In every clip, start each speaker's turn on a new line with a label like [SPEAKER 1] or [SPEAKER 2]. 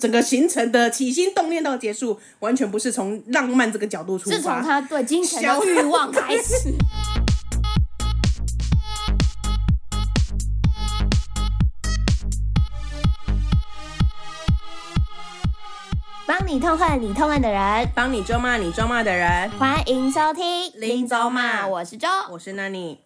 [SPEAKER 1] 整个行程的起心动念到结束，完全不是从浪漫这个角度出
[SPEAKER 2] 自从
[SPEAKER 1] 发。
[SPEAKER 2] 他对金钱的欲望开始， 帮你痛恨你痛恨的人。
[SPEAKER 1] 帮你咒骂你咒骂的人，
[SPEAKER 2] 欢迎收听《
[SPEAKER 1] 林州骂
[SPEAKER 2] 我是周。
[SPEAKER 1] 我是 Nani。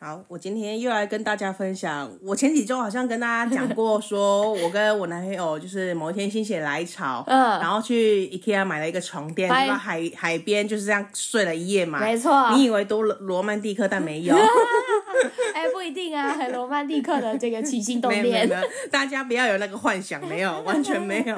[SPEAKER 1] 好，我今天又来跟大家分享，我前几周好像跟大家讲过说，我跟我男朋友就是某一天心血来潮，
[SPEAKER 2] 嗯
[SPEAKER 1] 然后去 IKEA 买了一个床垫，
[SPEAKER 2] 拜
[SPEAKER 1] 然后海海边就是这样睡了一夜嘛。
[SPEAKER 2] 没错
[SPEAKER 1] 你以为多罗罗曼蒂克，但没 有。
[SPEAKER 2] 哎，不一定啊，很罗曼蒂克的这个起心 动
[SPEAKER 1] 没有没有没
[SPEAKER 2] 念。
[SPEAKER 1] 有，大家不要有那个幻想，没 有，完全没有。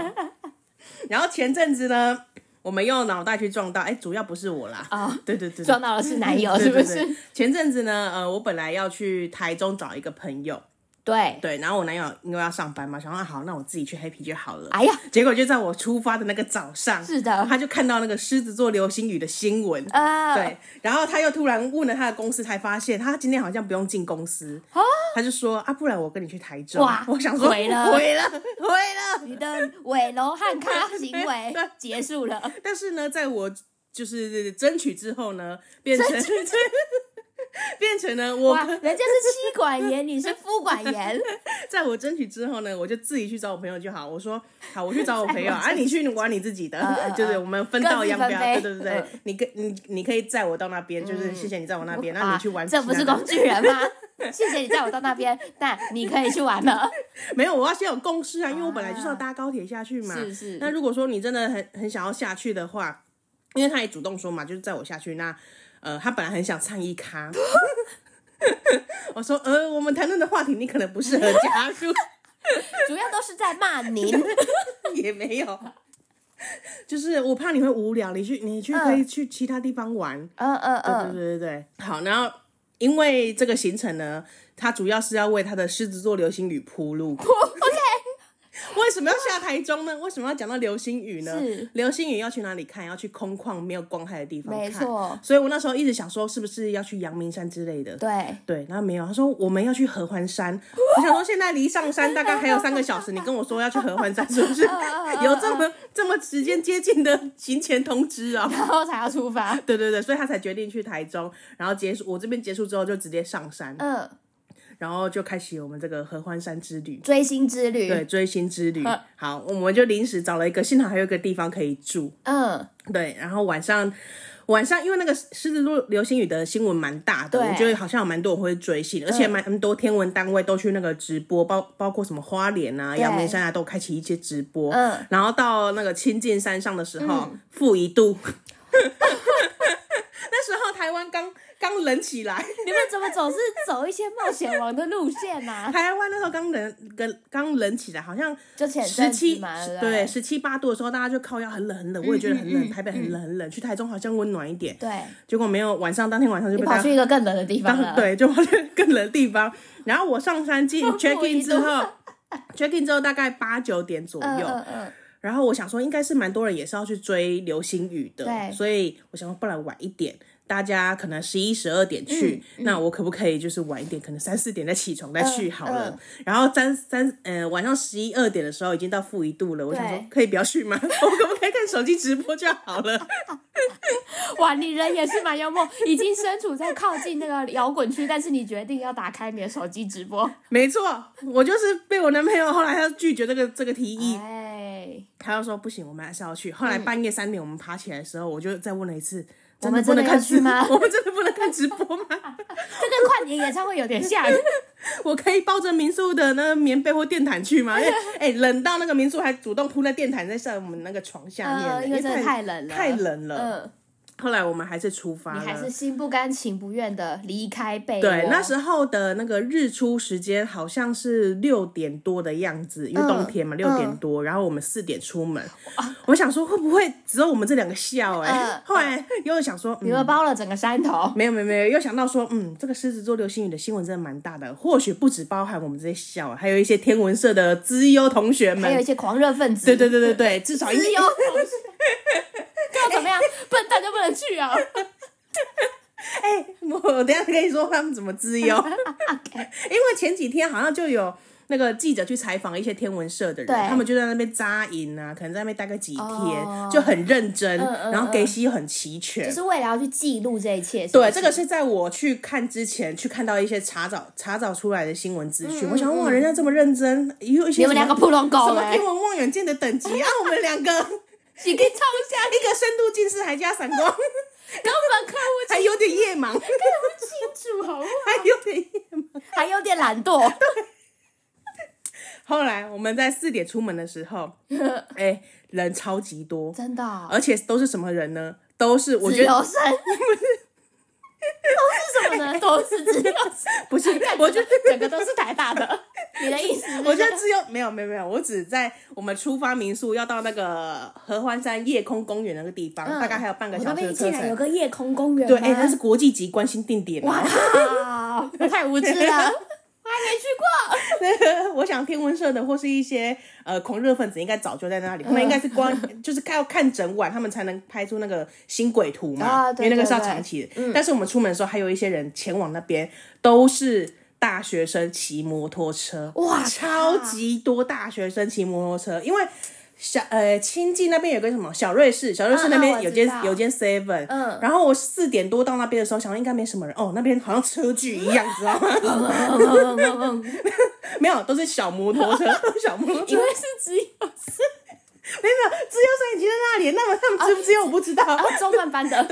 [SPEAKER 1] 然后前阵子呢，我们用脑袋去撞到，哎、主要不是我啦，
[SPEAKER 2] 哦
[SPEAKER 1] 对对对，
[SPEAKER 2] 撞到的是男友，
[SPEAKER 1] 对
[SPEAKER 2] 是不
[SPEAKER 1] 对
[SPEAKER 2] 是？
[SPEAKER 1] 对前阵子呢，呃，我本来要去台中找一个朋友，
[SPEAKER 2] 对，
[SPEAKER 1] 对，然后我男友因为要上班嘛，想说、啊、好，那我自己去 happy 就好了。
[SPEAKER 2] 哎呀，
[SPEAKER 1] 结果就在我出发的那个早上，
[SPEAKER 2] 是啊的
[SPEAKER 1] 他就看到那个狮子座流星雨的新闻。
[SPEAKER 2] 呃，
[SPEAKER 1] 对，然后他又突然问了他的公司，才发现他今天好像不用进公司，他就说啊，不然我跟你去台中。
[SPEAKER 2] 哦哇
[SPEAKER 1] 我想说
[SPEAKER 2] 毁了
[SPEAKER 1] 毁了，毁了。
[SPEAKER 2] 你的尾楼汉咖行为
[SPEAKER 1] 对
[SPEAKER 2] 结束了，
[SPEAKER 1] 但是呢，在我就是争取之后呢，变成 变成了我
[SPEAKER 2] 哇，人家是妻管严，你是夫 管严，
[SPEAKER 1] 在我争取之后呢，我就自己去找我朋友就好。我说好，我去找我朋友啊，你去玩你自己的，
[SPEAKER 2] 嗯嗯
[SPEAKER 1] 就是我们分道扬镳，
[SPEAKER 2] 各自分
[SPEAKER 1] 对对
[SPEAKER 2] 嗯飞
[SPEAKER 1] 对对，你跟你你可以载我到那边，就是谢谢你载我那边，那你去玩
[SPEAKER 2] 啊
[SPEAKER 1] 其他
[SPEAKER 2] 嗯这
[SPEAKER 1] 的。
[SPEAKER 2] 不是工具人吗？ 谢谢你带我到那边，但你可以去玩了。
[SPEAKER 1] 没有，我要先有共识啊，因为我本来就是要搭高铁下去嘛。
[SPEAKER 2] 是是
[SPEAKER 1] 那如果说你真的很很想要下去的话，因为他也主动说嘛，就是载我下去。那呃，他本来很想唱一咖， 我说呃，我们谈论的话题你可能不适合加入，
[SPEAKER 2] 主要都是在骂您，
[SPEAKER 1] 也没有。就是我怕你会无聊，你去你去可以去其他地方玩，
[SPEAKER 2] 嗯嗯
[SPEAKER 1] 对
[SPEAKER 2] 嗯，
[SPEAKER 1] 对对对，对好，然后因为这个行程呢，它主要是要为他的狮子座流星雨铺路。OK，为什么要下台中呢？为什么要讲到流星雨呢
[SPEAKER 2] 是？
[SPEAKER 1] 流星雨要去哪里看？要去空旷没有光害的地方看。
[SPEAKER 2] 没错
[SPEAKER 1] 所以我那时候一直想说，是不是要去阳明山之类的？
[SPEAKER 2] 对，
[SPEAKER 1] 对，然后没有，他说我们要去合欢 山。我想说，现在离上山大概还有三个小时，你跟我说要去合欢山，是不是 有这么这么时间接近的行前通知啊？
[SPEAKER 2] 然后才要出发。
[SPEAKER 1] 对对对，所以他才决定去台中，然后结束我这边结束之后就直接上山，
[SPEAKER 2] 嗯，
[SPEAKER 1] 然后就开启我们这个合欢山之旅，
[SPEAKER 2] 追星之旅，
[SPEAKER 1] 对追星之旅
[SPEAKER 2] 嗯。
[SPEAKER 1] 好，我们就临时找了一个，幸好还有一个地方可以住，
[SPEAKER 2] 嗯，
[SPEAKER 1] 对，然后晚上。晚上，因为那个狮子座流星雨的新闻蛮大的，
[SPEAKER 2] 对
[SPEAKER 1] 我觉得好像有蛮多人会追星，而且蛮蛮多天文单位都去那个直播，包包括什么花莲啊、
[SPEAKER 2] 对
[SPEAKER 1] 阳明山啊，都开启一些直播。
[SPEAKER 2] 嗯，
[SPEAKER 1] 然后到那个清境山上的时候，负一度， 那时候台湾刚刚冷起来，
[SPEAKER 2] 你们怎么总是走一些冒险王的路线呢？
[SPEAKER 1] 台湾那时候刚冷，跟刚冷起来，好像
[SPEAKER 2] 就前
[SPEAKER 1] 十
[SPEAKER 2] 阵
[SPEAKER 1] 七
[SPEAKER 2] 子嘛，不
[SPEAKER 1] 对十七八度的时候，大家就靠要很冷很冷，我也觉
[SPEAKER 2] 嗯
[SPEAKER 1] 得很冷，台北很冷很冷，去台中好像温暖一点，
[SPEAKER 2] 对，
[SPEAKER 1] 结果没有，晚上当天晚上就
[SPEAKER 2] 你
[SPEAKER 1] 被
[SPEAKER 2] 跑
[SPEAKER 1] 大
[SPEAKER 2] 去
[SPEAKER 1] 家
[SPEAKER 2] 一个更冷的地方
[SPEAKER 1] 当
[SPEAKER 2] 了。，
[SPEAKER 1] 对，就跑去 更冷的地方。然后我上山 进 check
[SPEAKER 2] 我一
[SPEAKER 1] in
[SPEAKER 2] 度
[SPEAKER 1] 之后 ，check in 之后大概八九点左
[SPEAKER 2] 嗯
[SPEAKER 1] 右，
[SPEAKER 2] 嗯嗯，
[SPEAKER 1] 然后我想说，应该是蛮多人也是要去追流星雨的，
[SPEAKER 2] 对
[SPEAKER 1] 所以我想说，不然晚一点，大家可能十一、十二点去，那我可不可以就是晚一点，可能三四点再起床再去好了？
[SPEAKER 2] 嗯嗯
[SPEAKER 1] 然后三三呃晚上十一二点的时候已经到负一度了，我想说
[SPEAKER 2] 对
[SPEAKER 1] 可以不要去吗？ 我可不可以看手机直播就好了？
[SPEAKER 2] 哇，你人也是蛮幽默，已经身处在靠近那个摇滚区，但是你决定要打开你的手机直播。
[SPEAKER 1] 没错，我就是被我男朋友后来他拒绝这个这个提议，
[SPEAKER 2] 哎，
[SPEAKER 1] 他就说不行，我们还是要去。后来半夜三点我们爬起来的时候，我就再问了一次。
[SPEAKER 2] 嗯我
[SPEAKER 1] 真
[SPEAKER 2] 们
[SPEAKER 1] 的不能
[SPEAKER 2] 真的
[SPEAKER 1] 看
[SPEAKER 2] 要去
[SPEAKER 1] 直
[SPEAKER 2] 吗
[SPEAKER 1] 我们真的不能看直播吗？
[SPEAKER 2] 这跟跨年演唱会有点 像。啊
[SPEAKER 1] 我可以抱着民宿的那个棉被或电毯去 吗？因为哎、冷到那个民宿还主动铺在电毯在上我们那个床下面、
[SPEAKER 2] 呃，因为真的太冷了，
[SPEAKER 1] 太冷了。
[SPEAKER 2] 嗯，
[SPEAKER 1] 后来我们还是出发
[SPEAKER 2] 你
[SPEAKER 1] 了，
[SPEAKER 2] 还是心不甘情不愿的离开被窝。
[SPEAKER 1] 对那时候的那个日出时间好像是六点多的样子，因为冬天
[SPEAKER 2] 嗯
[SPEAKER 1] 嘛，六、点多，然后我们四点出门。我想说会不会只有我们这两个笑哎、
[SPEAKER 2] 嗯
[SPEAKER 1] 后来又想说，
[SPEAKER 2] 你
[SPEAKER 1] 嗯。
[SPEAKER 2] 们包了整个山头。
[SPEAKER 1] 没有没有没有，又想到说，嗯，这个狮子座流星雨的新闻真的蛮大的，或许不只包含我们这些笑啊，还有一些天文社的资优同学
[SPEAKER 2] 还有
[SPEAKER 1] 们
[SPEAKER 2] 一，些狂热分子，哎
[SPEAKER 1] 对对对对对，至 少应
[SPEAKER 2] 自由同学，这又怎么样？笨蛋就不能去啊！
[SPEAKER 1] 我等一下跟你说他们怎么资优，因为前几天好像就有那个记者去采访一些天文社的人，
[SPEAKER 2] 对
[SPEAKER 1] 他们就在那边扎营啊，可能在那边待个几天，
[SPEAKER 2] 哦
[SPEAKER 1] 就很认真，
[SPEAKER 2] 嗯嗯
[SPEAKER 1] 然后给息很齐全。
[SPEAKER 2] 就是为了要去记录这一切。
[SPEAKER 1] 对，这个
[SPEAKER 2] 是
[SPEAKER 1] 是在我去看之前去看到一些查找查找出来的新闻资讯，
[SPEAKER 2] 嗯
[SPEAKER 1] 我想
[SPEAKER 2] 嗯
[SPEAKER 1] 哇，人家这么认真，也有一
[SPEAKER 2] 不
[SPEAKER 1] 些
[SPEAKER 2] 是你们
[SPEAKER 1] 什
[SPEAKER 2] 两
[SPEAKER 1] 么
[SPEAKER 2] 个普通
[SPEAKER 1] 什
[SPEAKER 2] 狗
[SPEAKER 1] 么
[SPEAKER 2] 哎
[SPEAKER 1] 天，文望远镜的等级啊，我们两个 一
[SPEAKER 2] 你可以唱
[SPEAKER 1] 个深度近视还加散光，
[SPEAKER 2] 一下，根本看不
[SPEAKER 1] 还有点夜盲，还
[SPEAKER 2] 清楚，好不好？
[SPEAKER 1] 有点夜盲。
[SPEAKER 2] 还有点懒惰，
[SPEAKER 1] 后来我们在四点出门的时 候，哎、人超级多，
[SPEAKER 2] 真的哦、
[SPEAKER 1] 而且都是什么人呢？都是呃我
[SPEAKER 2] 自
[SPEAKER 1] 觉得
[SPEAKER 2] 由生，都是 什么
[SPEAKER 1] 啊
[SPEAKER 2] 呢？都是自由生，
[SPEAKER 1] 不 是，
[SPEAKER 2] 我觉得整个都是台大的。 你的意思是？
[SPEAKER 1] 我觉得只有没有没有没有，我只在我们出发民宿要到那个合欢山夜空公园那个地方，
[SPEAKER 2] 嗯
[SPEAKER 1] 大概还有半个
[SPEAKER 2] 我
[SPEAKER 1] 小
[SPEAKER 2] 那
[SPEAKER 1] 时的
[SPEAKER 2] 边
[SPEAKER 1] 车
[SPEAKER 2] 竟然有
[SPEAKER 1] 程。
[SPEAKER 2] 个夜空公园
[SPEAKER 1] 对，
[SPEAKER 2] 吗，
[SPEAKER 1] 哎、那是国际级关心定点、
[SPEAKER 2] 哇
[SPEAKER 1] 啊。
[SPEAKER 2] 靠，我太无知了，我还没去 过。
[SPEAKER 1] 我想天文社的或是一些呃狂热分子应该早就在那
[SPEAKER 2] 嗯
[SPEAKER 1] 里，他们应该是光就是看要看整晚，他们才能拍出那个星轨图嘛，
[SPEAKER 2] 啊对
[SPEAKER 1] 因为那个
[SPEAKER 2] 对
[SPEAKER 1] 是要
[SPEAKER 2] 对嗯
[SPEAKER 1] 长期的。但是我们出门的时候，还有一些人前往那边，都是大学生骑摩托车，
[SPEAKER 2] 哇靠
[SPEAKER 1] 超级多大学生骑摩托车，因为。小呃，亲近那边有个什么小瑞士，小瑞士
[SPEAKER 2] 嗯
[SPEAKER 1] 那
[SPEAKER 2] 嗯我
[SPEAKER 1] 边有
[SPEAKER 2] 知
[SPEAKER 1] 间、
[SPEAKER 2] 道
[SPEAKER 1] 有间 Seven，
[SPEAKER 2] 嗯
[SPEAKER 1] 然后我四点多到那边的时候，想说应该没什么人哦，那边好像车距一样，知道吗？嗯没有，都是小摩托 车，都是小摩托车
[SPEAKER 2] 因，为是自 由生，
[SPEAKER 1] 没有，没有，自由生已经在那里，那么他们知不知道我不知道。
[SPEAKER 2] 然后哦中段班的，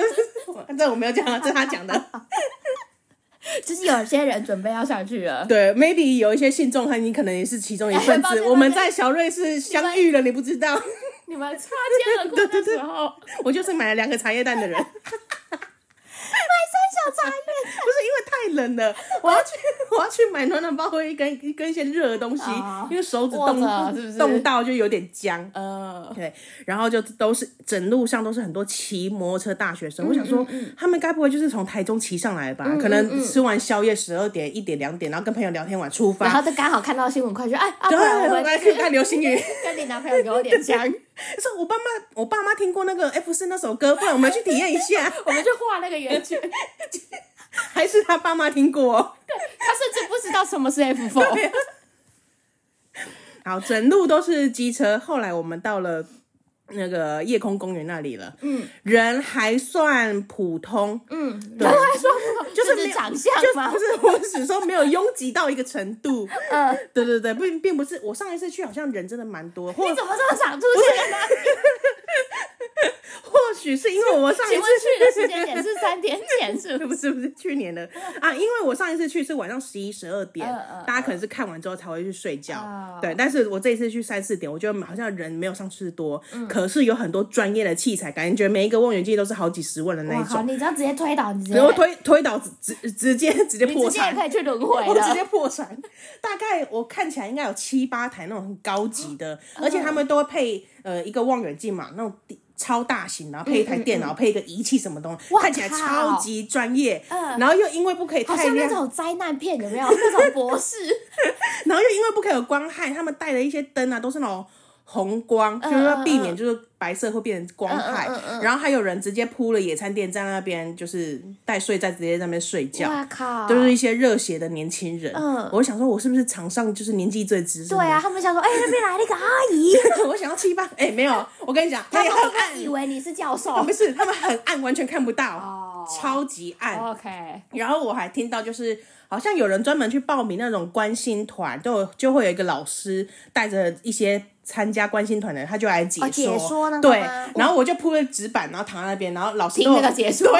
[SPEAKER 1] 这我没有讲啊，这是他讲的。
[SPEAKER 2] 就是有些人准备要上去 了。
[SPEAKER 1] 对，maybe 有一些信众和你可能也是其中一份
[SPEAKER 2] 哎抱
[SPEAKER 1] 子。
[SPEAKER 2] 歉
[SPEAKER 1] 我们在小瑞士相遇了，你不知道。
[SPEAKER 2] 你们擦肩而过的时候，
[SPEAKER 1] 我就是买了两个茶叶蛋的人， 不
[SPEAKER 2] 买三小茶叶，
[SPEAKER 1] 是因为太冷了，我要去我要去买暖暖包和一根一根一些热的东西
[SPEAKER 2] 哦，
[SPEAKER 1] 因为手指
[SPEAKER 2] 握
[SPEAKER 1] 冻
[SPEAKER 2] 着是不是
[SPEAKER 1] 冻到就有点僵。
[SPEAKER 2] 呃，
[SPEAKER 1] 对，然后就都是整路上都是很多骑摩托车大学生，我想
[SPEAKER 2] 嗯
[SPEAKER 1] 说、他们该不会就是从台中骑上来吧？可能吃完宵夜十二点、一点、两点，然后跟朋友聊天晚出
[SPEAKER 2] 然
[SPEAKER 1] 发。
[SPEAKER 2] 后就刚好看到新闻，快去哎，啊，
[SPEAKER 1] 对，
[SPEAKER 2] 不然我
[SPEAKER 1] 我
[SPEAKER 2] 们
[SPEAKER 1] 来去看流星雨。
[SPEAKER 2] 跟 你男朋友有 点像，
[SPEAKER 1] 说我爸妈，我爸妈听过那个 F 四那首歌，不然我们去体验一下。
[SPEAKER 2] 我们就画那个圆圈。
[SPEAKER 1] 还是他爸妈听过、哦。
[SPEAKER 2] 他甚至不知道什么是 F 4
[SPEAKER 1] 好，整路都是机车。后来我们到了那个夜空公园那里了，嗯，人还算普通，
[SPEAKER 2] 嗯，
[SPEAKER 1] 对
[SPEAKER 2] 然后还说什么
[SPEAKER 1] 就是没有
[SPEAKER 2] 是长相
[SPEAKER 1] 就
[SPEAKER 2] 吗
[SPEAKER 1] 不？是我只说没有拥挤到一个程度。
[SPEAKER 2] 呃，
[SPEAKER 1] 对对对，并并不是我上一次去好像人真的蛮多，或
[SPEAKER 2] 你怎么这么常出现呢？
[SPEAKER 1] 或许是因为我上一
[SPEAKER 2] 请
[SPEAKER 1] 次
[SPEAKER 2] 问去的时间点是三点前是不
[SPEAKER 1] 不
[SPEAKER 2] 是？
[SPEAKER 1] 是不是去年的啊，因为我上一次去是晚上十一十二点
[SPEAKER 2] 嗯嗯，
[SPEAKER 1] 大家可能是看完之后才会去睡觉
[SPEAKER 2] 哦，
[SPEAKER 1] 对。但是我这一次去三四点，我觉得好像人没有上次多，
[SPEAKER 2] 嗯
[SPEAKER 1] 可是有很多专业的器材，感觉每一个望远镜都是好几十万 的那
[SPEAKER 2] 哇
[SPEAKER 1] 一
[SPEAKER 2] 靠！
[SPEAKER 1] 种，
[SPEAKER 2] 你只要直接推倒，你直接
[SPEAKER 1] 然后推推倒直直直接直接
[SPEAKER 2] 你
[SPEAKER 1] 破
[SPEAKER 2] 直接也
[SPEAKER 1] 产。
[SPEAKER 2] 可以去轮回
[SPEAKER 1] 我直
[SPEAKER 2] 了。
[SPEAKER 1] 接破产。大概我看起来应该有七八台那种很高级的，
[SPEAKER 2] 嗯
[SPEAKER 1] 而且他们都会配呃一个望远镜嘛，那种地超大型，然后配一台电脑，配一个仪器什么东西，
[SPEAKER 2] 嗯哇
[SPEAKER 1] 看起来超级专业。
[SPEAKER 2] 嗯
[SPEAKER 1] 然后又因为不可以
[SPEAKER 2] 好
[SPEAKER 1] 太
[SPEAKER 2] 像那
[SPEAKER 1] 亮，
[SPEAKER 2] 种灾难片有没有？那种博士，
[SPEAKER 1] 然后又因为不可以有光害，他们带的一些灯啊都是那种。红光
[SPEAKER 2] 嗯
[SPEAKER 1] 就是要避
[SPEAKER 2] 嗯
[SPEAKER 1] 免，就是白色会变成光害
[SPEAKER 2] 嗯嗯嗯。嗯
[SPEAKER 1] 然后还有人直接铺了野餐垫在那边，就是带睡袋直接在那边睡觉。
[SPEAKER 2] 哇靠！
[SPEAKER 1] 都是一些热血的年轻人。
[SPEAKER 2] 嗯
[SPEAKER 1] 我想说，我是不是场上就是年纪最资深？
[SPEAKER 2] 对啊，，他们想说，哎，那边来了一个阿 姨，
[SPEAKER 1] 我想要七八。哎、没有，我跟你讲，
[SPEAKER 2] 他
[SPEAKER 1] 他
[SPEAKER 2] 们
[SPEAKER 1] 也很暗
[SPEAKER 2] 会以，为你是教授。
[SPEAKER 1] 不是他们很暗，完全看不到，
[SPEAKER 2] 哦
[SPEAKER 1] 超级暗。
[SPEAKER 2] OK，
[SPEAKER 1] 然后我还听到，就是好像有人专门去报名那种关心团，就有就会有一个老师带着一些参加关心团的人，他就来解说。
[SPEAKER 2] 哦解说那个
[SPEAKER 1] 对
[SPEAKER 2] 吗，
[SPEAKER 1] 然后我就铺了纸板，然后躺在那边，然后老师
[SPEAKER 2] 听
[SPEAKER 1] 都
[SPEAKER 2] 那个解说
[SPEAKER 1] 对，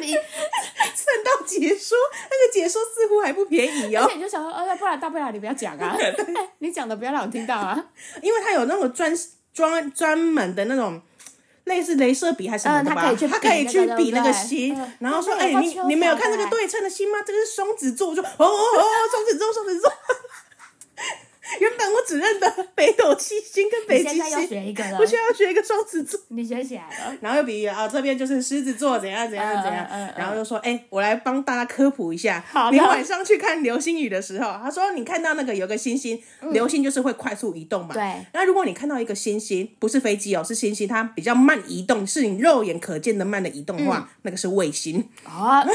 [SPEAKER 2] 你
[SPEAKER 1] 蹭到解说，那个解说似乎还不便宜哦
[SPEAKER 2] 而。且你就想说，呃，不然大不了你不要讲啊， 你讲的不要让我听 到啊。
[SPEAKER 1] 因为它有那种专专专门的那种类似镭射笔还是什么的吧，
[SPEAKER 2] 嗯它可以去比
[SPEAKER 1] 它可以去比那
[SPEAKER 2] 那个对不对
[SPEAKER 1] 个心，
[SPEAKER 2] 嗯
[SPEAKER 1] 然后说，
[SPEAKER 2] 它可
[SPEAKER 1] 哎、
[SPEAKER 2] 以画
[SPEAKER 1] 你
[SPEAKER 2] 圈
[SPEAKER 1] 你们有看
[SPEAKER 2] 出
[SPEAKER 1] 这
[SPEAKER 2] 来
[SPEAKER 1] 个对称的心吗？这个是双子座，我说，哦哦哦，哦双子座，双子座。 原本我只认得北斗七星跟
[SPEAKER 2] 你
[SPEAKER 1] 北
[SPEAKER 2] 现
[SPEAKER 1] 极
[SPEAKER 2] 在要
[SPEAKER 1] 星，
[SPEAKER 2] 学一个了
[SPEAKER 1] 我，现在要学一个双子座。
[SPEAKER 2] 你学起来了。
[SPEAKER 1] 然后又比啊、这边就是狮子座怎样怎样怎样，
[SPEAKER 2] 嗯嗯嗯嗯
[SPEAKER 1] 然后就说哎、我来帮大家科普一下
[SPEAKER 2] 好，的
[SPEAKER 1] 你晚上去看流星雨的时候，他说你看到那个有个星星，流星就是会快速移动嘛，
[SPEAKER 2] 嗯对。
[SPEAKER 1] 那如果你看到一个星星，不是飞机哦，是星星，它
[SPEAKER 2] 嗯
[SPEAKER 1] 比较慢移动，是你肉眼可见的慢的移动的话，那个是卫星。
[SPEAKER 2] 哦，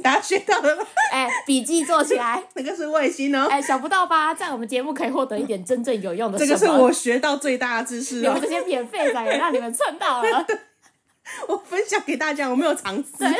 [SPEAKER 1] 大家学到了吗？
[SPEAKER 2] 哎，笔记做起来。
[SPEAKER 1] 那个是卫星哦，
[SPEAKER 2] 哎，想不到吧？在我们节目可以获得一点真正有用的
[SPEAKER 1] 这
[SPEAKER 2] 什么。
[SPEAKER 1] 个是我学到最大的知识
[SPEAKER 2] 你
[SPEAKER 1] 哦
[SPEAKER 2] 们，这些免费的也让你们蹭到了，
[SPEAKER 1] 我分享给大家，我没有啊尝试。
[SPEAKER 2] 啊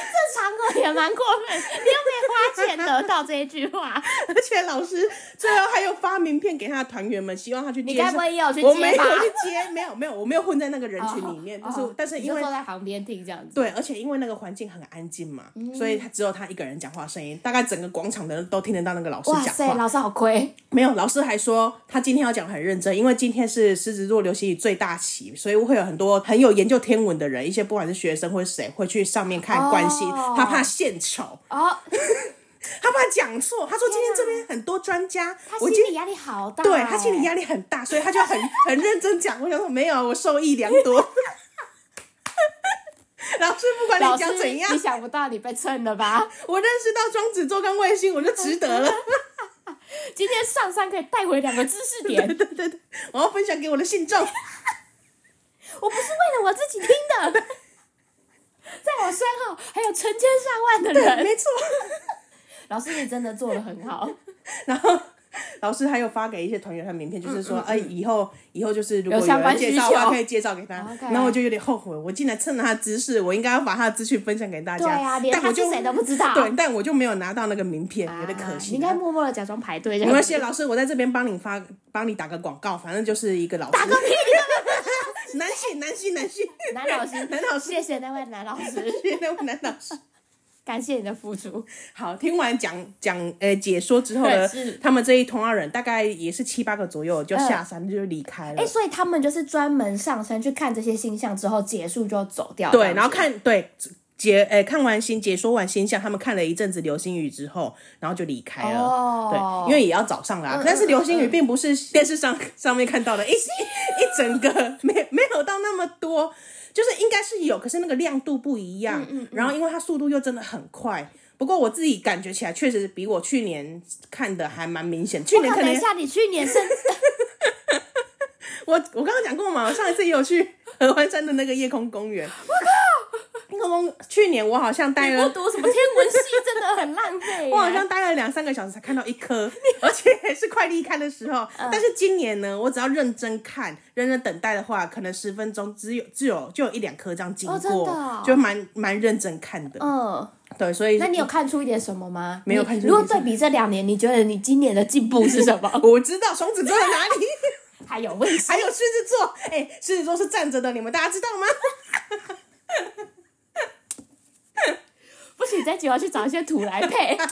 [SPEAKER 2] 这场合也蛮过分，你又没花钱得到这一句话，
[SPEAKER 1] 而且老师最后还有发名片给他的团员们，希望他去
[SPEAKER 2] 你
[SPEAKER 1] 接
[SPEAKER 2] 该
[SPEAKER 1] 上。
[SPEAKER 2] 不会也有去
[SPEAKER 1] 我没
[SPEAKER 2] 接
[SPEAKER 1] 有
[SPEAKER 2] 吧？
[SPEAKER 1] 去接，没有没有，我没有混在那个人群里面，
[SPEAKER 2] 哦
[SPEAKER 1] 就是
[SPEAKER 2] 哦
[SPEAKER 1] 但是
[SPEAKER 2] 你
[SPEAKER 1] 因
[SPEAKER 2] 就
[SPEAKER 1] 为
[SPEAKER 2] 坐在旁边听这样子。
[SPEAKER 1] 对，而且因为那个环境很安静嘛，
[SPEAKER 2] 嗯
[SPEAKER 1] 所以他只有他一个人讲话声音，大概整个广场的人都听得到那个老师
[SPEAKER 2] 哇
[SPEAKER 1] 讲
[SPEAKER 2] 塞，
[SPEAKER 1] 话。
[SPEAKER 2] 老师好亏，
[SPEAKER 1] 没有，老师还说他今天要讲很认真，因为今天是狮子座流星雨最大期，所以会有很多很有研究天文的人，一些不管是学生或是谁，会去上面看关心，
[SPEAKER 2] 哦
[SPEAKER 1] 他怕献丑，
[SPEAKER 2] 哦，
[SPEAKER 1] 他怕讲错。他说今天这边很多专家，
[SPEAKER 2] 他
[SPEAKER 1] 我
[SPEAKER 2] 心
[SPEAKER 1] 今
[SPEAKER 2] 理压力好大、
[SPEAKER 1] 对他心理压力很大，所以他就很很认真讲。我想说没有，我受益良多。 老师，不管
[SPEAKER 2] 哎老
[SPEAKER 1] 你
[SPEAKER 2] 师
[SPEAKER 1] 讲怎样
[SPEAKER 2] 你，想不到你被蹭了吧？
[SPEAKER 1] 我认识到双子座跟卫星，我就值得了。
[SPEAKER 2] 今天上山可以带回两个知识点，
[SPEAKER 1] 对对对，我要分享给我的信众。
[SPEAKER 2] 我不是为了我自己听的， 在我身后还有成千上万的
[SPEAKER 1] 对，
[SPEAKER 2] 人。
[SPEAKER 1] 没错。
[SPEAKER 2] 老师，你真的做的很好，
[SPEAKER 1] 然后老师还有发给一些团员他名片，就是说，哎、以后以后就是如果
[SPEAKER 2] 嗯有相
[SPEAKER 1] 人
[SPEAKER 2] 关
[SPEAKER 1] 介
[SPEAKER 2] 需
[SPEAKER 1] 绍的话，
[SPEAKER 2] 求哦
[SPEAKER 1] 可以介绍给他。
[SPEAKER 2] OK
[SPEAKER 1] 然后我就有点后悔，我竟然蹭了他的知识，我应该要把他的资讯分享给大家。
[SPEAKER 2] 对啊，连
[SPEAKER 1] 但
[SPEAKER 2] 他
[SPEAKER 1] 我就是
[SPEAKER 2] 谁都不知道，
[SPEAKER 1] 对，但我就没有拿到那个名片，
[SPEAKER 2] 啊，
[SPEAKER 1] 有点可惜。
[SPEAKER 2] 你应该默默的假装排队这
[SPEAKER 1] 没
[SPEAKER 2] 样
[SPEAKER 1] 关
[SPEAKER 2] 子。
[SPEAKER 1] 系，啊老师，我在这边帮你发，帮你打个广告，反正就是一个老师。
[SPEAKER 2] 打个屁！
[SPEAKER 1] 男性，男性，男性，
[SPEAKER 2] 男老师，
[SPEAKER 1] 男老师，
[SPEAKER 2] 谢谢那位男老师，
[SPEAKER 1] 谢谢那位男老师。
[SPEAKER 2] 感谢你的付出。
[SPEAKER 1] 好，听完讲讲呃解说之后呢
[SPEAKER 2] 对是，
[SPEAKER 1] 他们这一同行人大概也是七八个左右就下山、就离开了
[SPEAKER 2] 哎、。所以他们就是专门上山去看这些星象之后，结束就走掉。这
[SPEAKER 1] 对，
[SPEAKER 2] 样
[SPEAKER 1] 然后
[SPEAKER 2] 子
[SPEAKER 1] 看对解呃看完星解说完星象，他们看了一阵子流星雨之后，然后就离开了。
[SPEAKER 2] 哦嗯
[SPEAKER 1] 对，因为也要早上啦。但是流星雨并不是电视上上面看到的一一整个，没没有到那么多，就是应该是有，可是那个亮度不一样。
[SPEAKER 2] 嗯
[SPEAKER 1] 然后因为它速度又真的很快。不过我自己感觉起来，确实比我去年看的还蛮明显。去年
[SPEAKER 2] 哇
[SPEAKER 1] 可
[SPEAKER 2] 等
[SPEAKER 1] 能
[SPEAKER 2] 一下，你去年生
[SPEAKER 1] 我我刚刚讲过嘛，我上一次也有去合欢山的那个夜空公园。我 靠！夜空公去年我好像待了
[SPEAKER 2] 我读什么天文系，真的很浪费耶。啊
[SPEAKER 1] 我好像待了两三个小时才看到一颗，而且还是快离开的时候。
[SPEAKER 2] 嗯
[SPEAKER 1] 但是今年呢，我只要认真看、认真等待的话，可能十分钟只有只有就有一两颗这样经
[SPEAKER 2] 哦真的
[SPEAKER 1] 过，
[SPEAKER 2] 哦
[SPEAKER 1] 就蛮蛮认真看的。
[SPEAKER 2] 嗯，
[SPEAKER 1] 对，所以
[SPEAKER 2] 那你有看出一点什么吗？
[SPEAKER 1] 没有
[SPEAKER 2] 你
[SPEAKER 1] 看出
[SPEAKER 2] 如果
[SPEAKER 1] 一点
[SPEAKER 2] 对比这两年，你觉得你今年的进步是什么？
[SPEAKER 1] 我知道双子座在哪里，
[SPEAKER 2] 还有问题？
[SPEAKER 1] 还有狮子座。哎、狮子座是站着的，你们大家知道吗？
[SPEAKER 2] 不行，这集我要去找一些图来 配。但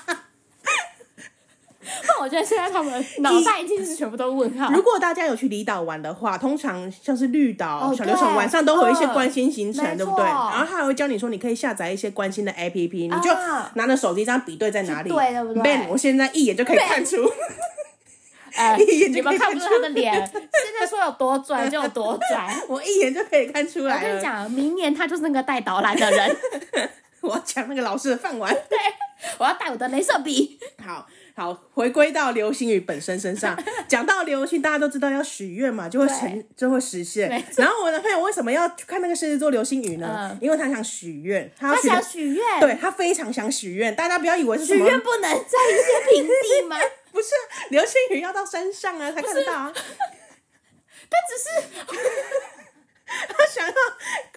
[SPEAKER 2] 我觉得现在他们脑袋已经是全部都问号。
[SPEAKER 1] 如果大家有去离岛玩的话，通常像是绿岛、
[SPEAKER 2] 哦
[SPEAKER 1] 小琉球晚上都会有一些关心行程，
[SPEAKER 2] 嗯
[SPEAKER 1] 对不对？
[SPEAKER 2] 没错
[SPEAKER 1] 然后他还会教你说你可以下载一些关心的 APP，你就
[SPEAKER 2] 啊
[SPEAKER 1] 拿着手机这样比对在哪里，
[SPEAKER 2] 去对对不对
[SPEAKER 1] Ben，我现在一眼就可以看出，
[SPEAKER 2] 呃，
[SPEAKER 1] 一眼
[SPEAKER 2] 你
[SPEAKER 1] 就可
[SPEAKER 2] 们
[SPEAKER 1] 以
[SPEAKER 2] 看
[SPEAKER 1] 看
[SPEAKER 2] 不出
[SPEAKER 1] 出
[SPEAKER 2] 他的脸，现在说有多拽就有多拽。
[SPEAKER 1] 我一眼就可以看出
[SPEAKER 2] 我
[SPEAKER 1] 来
[SPEAKER 2] 跟你
[SPEAKER 1] 了。
[SPEAKER 2] 讲，明年他就是那个带导览的人。
[SPEAKER 1] 我要抢那个老师的饭碗。
[SPEAKER 2] 我要带我的镭射笔。
[SPEAKER 1] 好好，回归到流星雨本身身 上。讲到流星，大家都知道要许愿嘛，就会成就会实现
[SPEAKER 2] 没。嗯
[SPEAKER 1] 然后我男朋友为什么要去看那个狮子座流星雨呢？因为他想许愿，他要
[SPEAKER 2] 他
[SPEAKER 1] 许
[SPEAKER 2] 想许愿，
[SPEAKER 1] 对他非常想许愿，大家不要以为是什
[SPEAKER 2] 许
[SPEAKER 1] 么
[SPEAKER 2] 愿不能在一些平地吗？
[SPEAKER 1] 不是啊流星雨要到山上啊才看得到啊，
[SPEAKER 2] 他只是
[SPEAKER 1] 他想要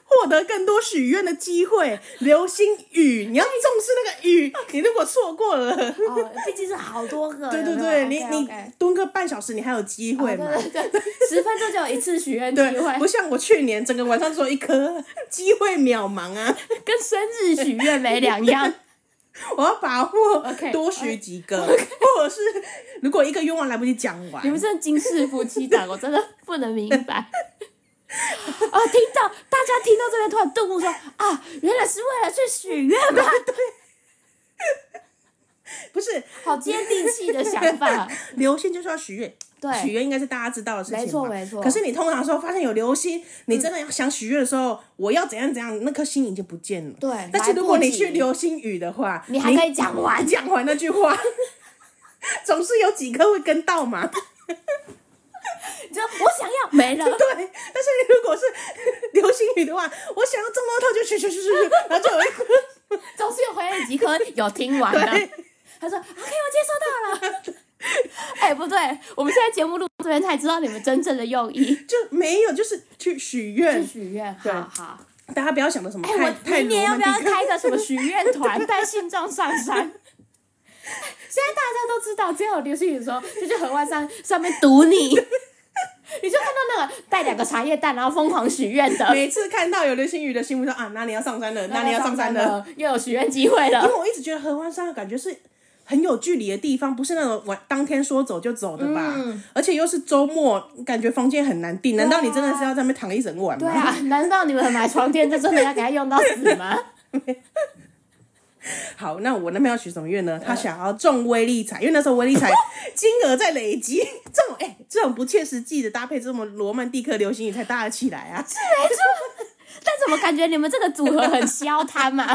[SPEAKER 1] 获得更多许愿的机会。流星雨，你要重视那个雨，你如果错过了。
[SPEAKER 2] 哦，毕竟是好多个，
[SPEAKER 1] 对
[SPEAKER 2] 有
[SPEAKER 1] 对
[SPEAKER 2] 没
[SPEAKER 1] 对，
[SPEAKER 2] 有
[SPEAKER 1] 你
[SPEAKER 2] OK，
[SPEAKER 1] 你
[SPEAKER 2] OK
[SPEAKER 1] 蹲个半小时，你还有机会嘛？
[SPEAKER 2] 哦对对对，十分钟就有一次许愿机
[SPEAKER 1] 对，
[SPEAKER 2] 会
[SPEAKER 1] 不，像我去年整个晚上只有一颗，机会渺茫啊！
[SPEAKER 2] 跟生日许愿没两 样。
[SPEAKER 1] 我要把握
[SPEAKER 2] OK，
[SPEAKER 1] 多许几个或者是如果一个愿望来不及讲完
[SPEAKER 2] 你，们这金氏夫妻档，我真的不能明白。哦，听到大家听到这边突然顿悟说啊，原来是为了去许愿嘛，
[SPEAKER 1] 不是
[SPEAKER 2] 好接地气的想法。
[SPEAKER 1] 流星就是要许愿，
[SPEAKER 2] 啊对
[SPEAKER 1] 许愿应该是大家知道的事情嘛
[SPEAKER 2] 没错没错
[SPEAKER 1] 可是你通常说发现有流星，你真的想许愿的时候，我要怎样怎样，那颗心已经不见了。
[SPEAKER 2] 对
[SPEAKER 1] 但是如果你去
[SPEAKER 2] 来不及
[SPEAKER 1] 流星雨的话，
[SPEAKER 2] 你还可以讲完
[SPEAKER 1] 你讲完那 句话，总是有几颗会跟到嘛。
[SPEAKER 2] 就我想要没 了，
[SPEAKER 1] 对，但是如果是流星雨的话，我想要中到它就咻咻咻咻咻，然后就有一个
[SPEAKER 2] 总是有回来几颗有听完的。他说：“OK，我接收到了。” 哎、不对，我们现在节目录到这边才知道你们真正的用意
[SPEAKER 1] 就没有，就是去许
[SPEAKER 2] 是
[SPEAKER 1] 愿。
[SPEAKER 2] 许愿，
[SPEAKER 1] 对
[SPEAKER 2] 好好。
[SPEAKER 1] 大家不要想的什么
[SPEAKER 2] 哎、
[SPEAKER 1] 太
[SPEAKER 2] 我
[SPEAKER 1] 太
[SPEAKER 2] 明
[SPEAKER 1] 罗
[SPEAKER 2] 年要
[SPEAKER 1] 曼
[SPEAKER 2] 不
[SPEAKER 1] 蒂
[SPEAKER 2] 要
[SPEAKER 1] 克，
[SPEAKER 2] 开个什么许愿团，带信众上山？ 现在大家都知道，只有流星雨说就去河湾上上面 堵你，你就看到那个带两个茶叶蛋，然后疯狂许愿的，
[SPEAKER 1] 每次看到有流星雨的新闻说啊，哪里要上山了，哪里要上山了。
[SPEAKER 2] 了，又有许愿机会
[SPEAKER 1] 因
[SPEAKER 2] 了。
[SPEAKER 1] 为我一直觉得河湾山感觉是很有距离的地方，不是那种晚当天说走就走的吧？而且又是周末，感觉房间很难订。难道你真的是要在那边躺一整晚
[SPEAKER 2] 对
[SPEAKER 1] 吗？
[SPEAKER 2] 啊，难道你们买床垫就真的要给他用到死吗？
[SPEAKER 1] 好，那我那边要许什么愿呢？他想要中威力彩，因为那时候威力彩 金额在累积，这种哎、这种不切实际的搭配，这么罗曼蒂克流行语才搭得起来啊！
[SPEAKER 2] 但怎么感觉你们这个组合很消 摊嘛、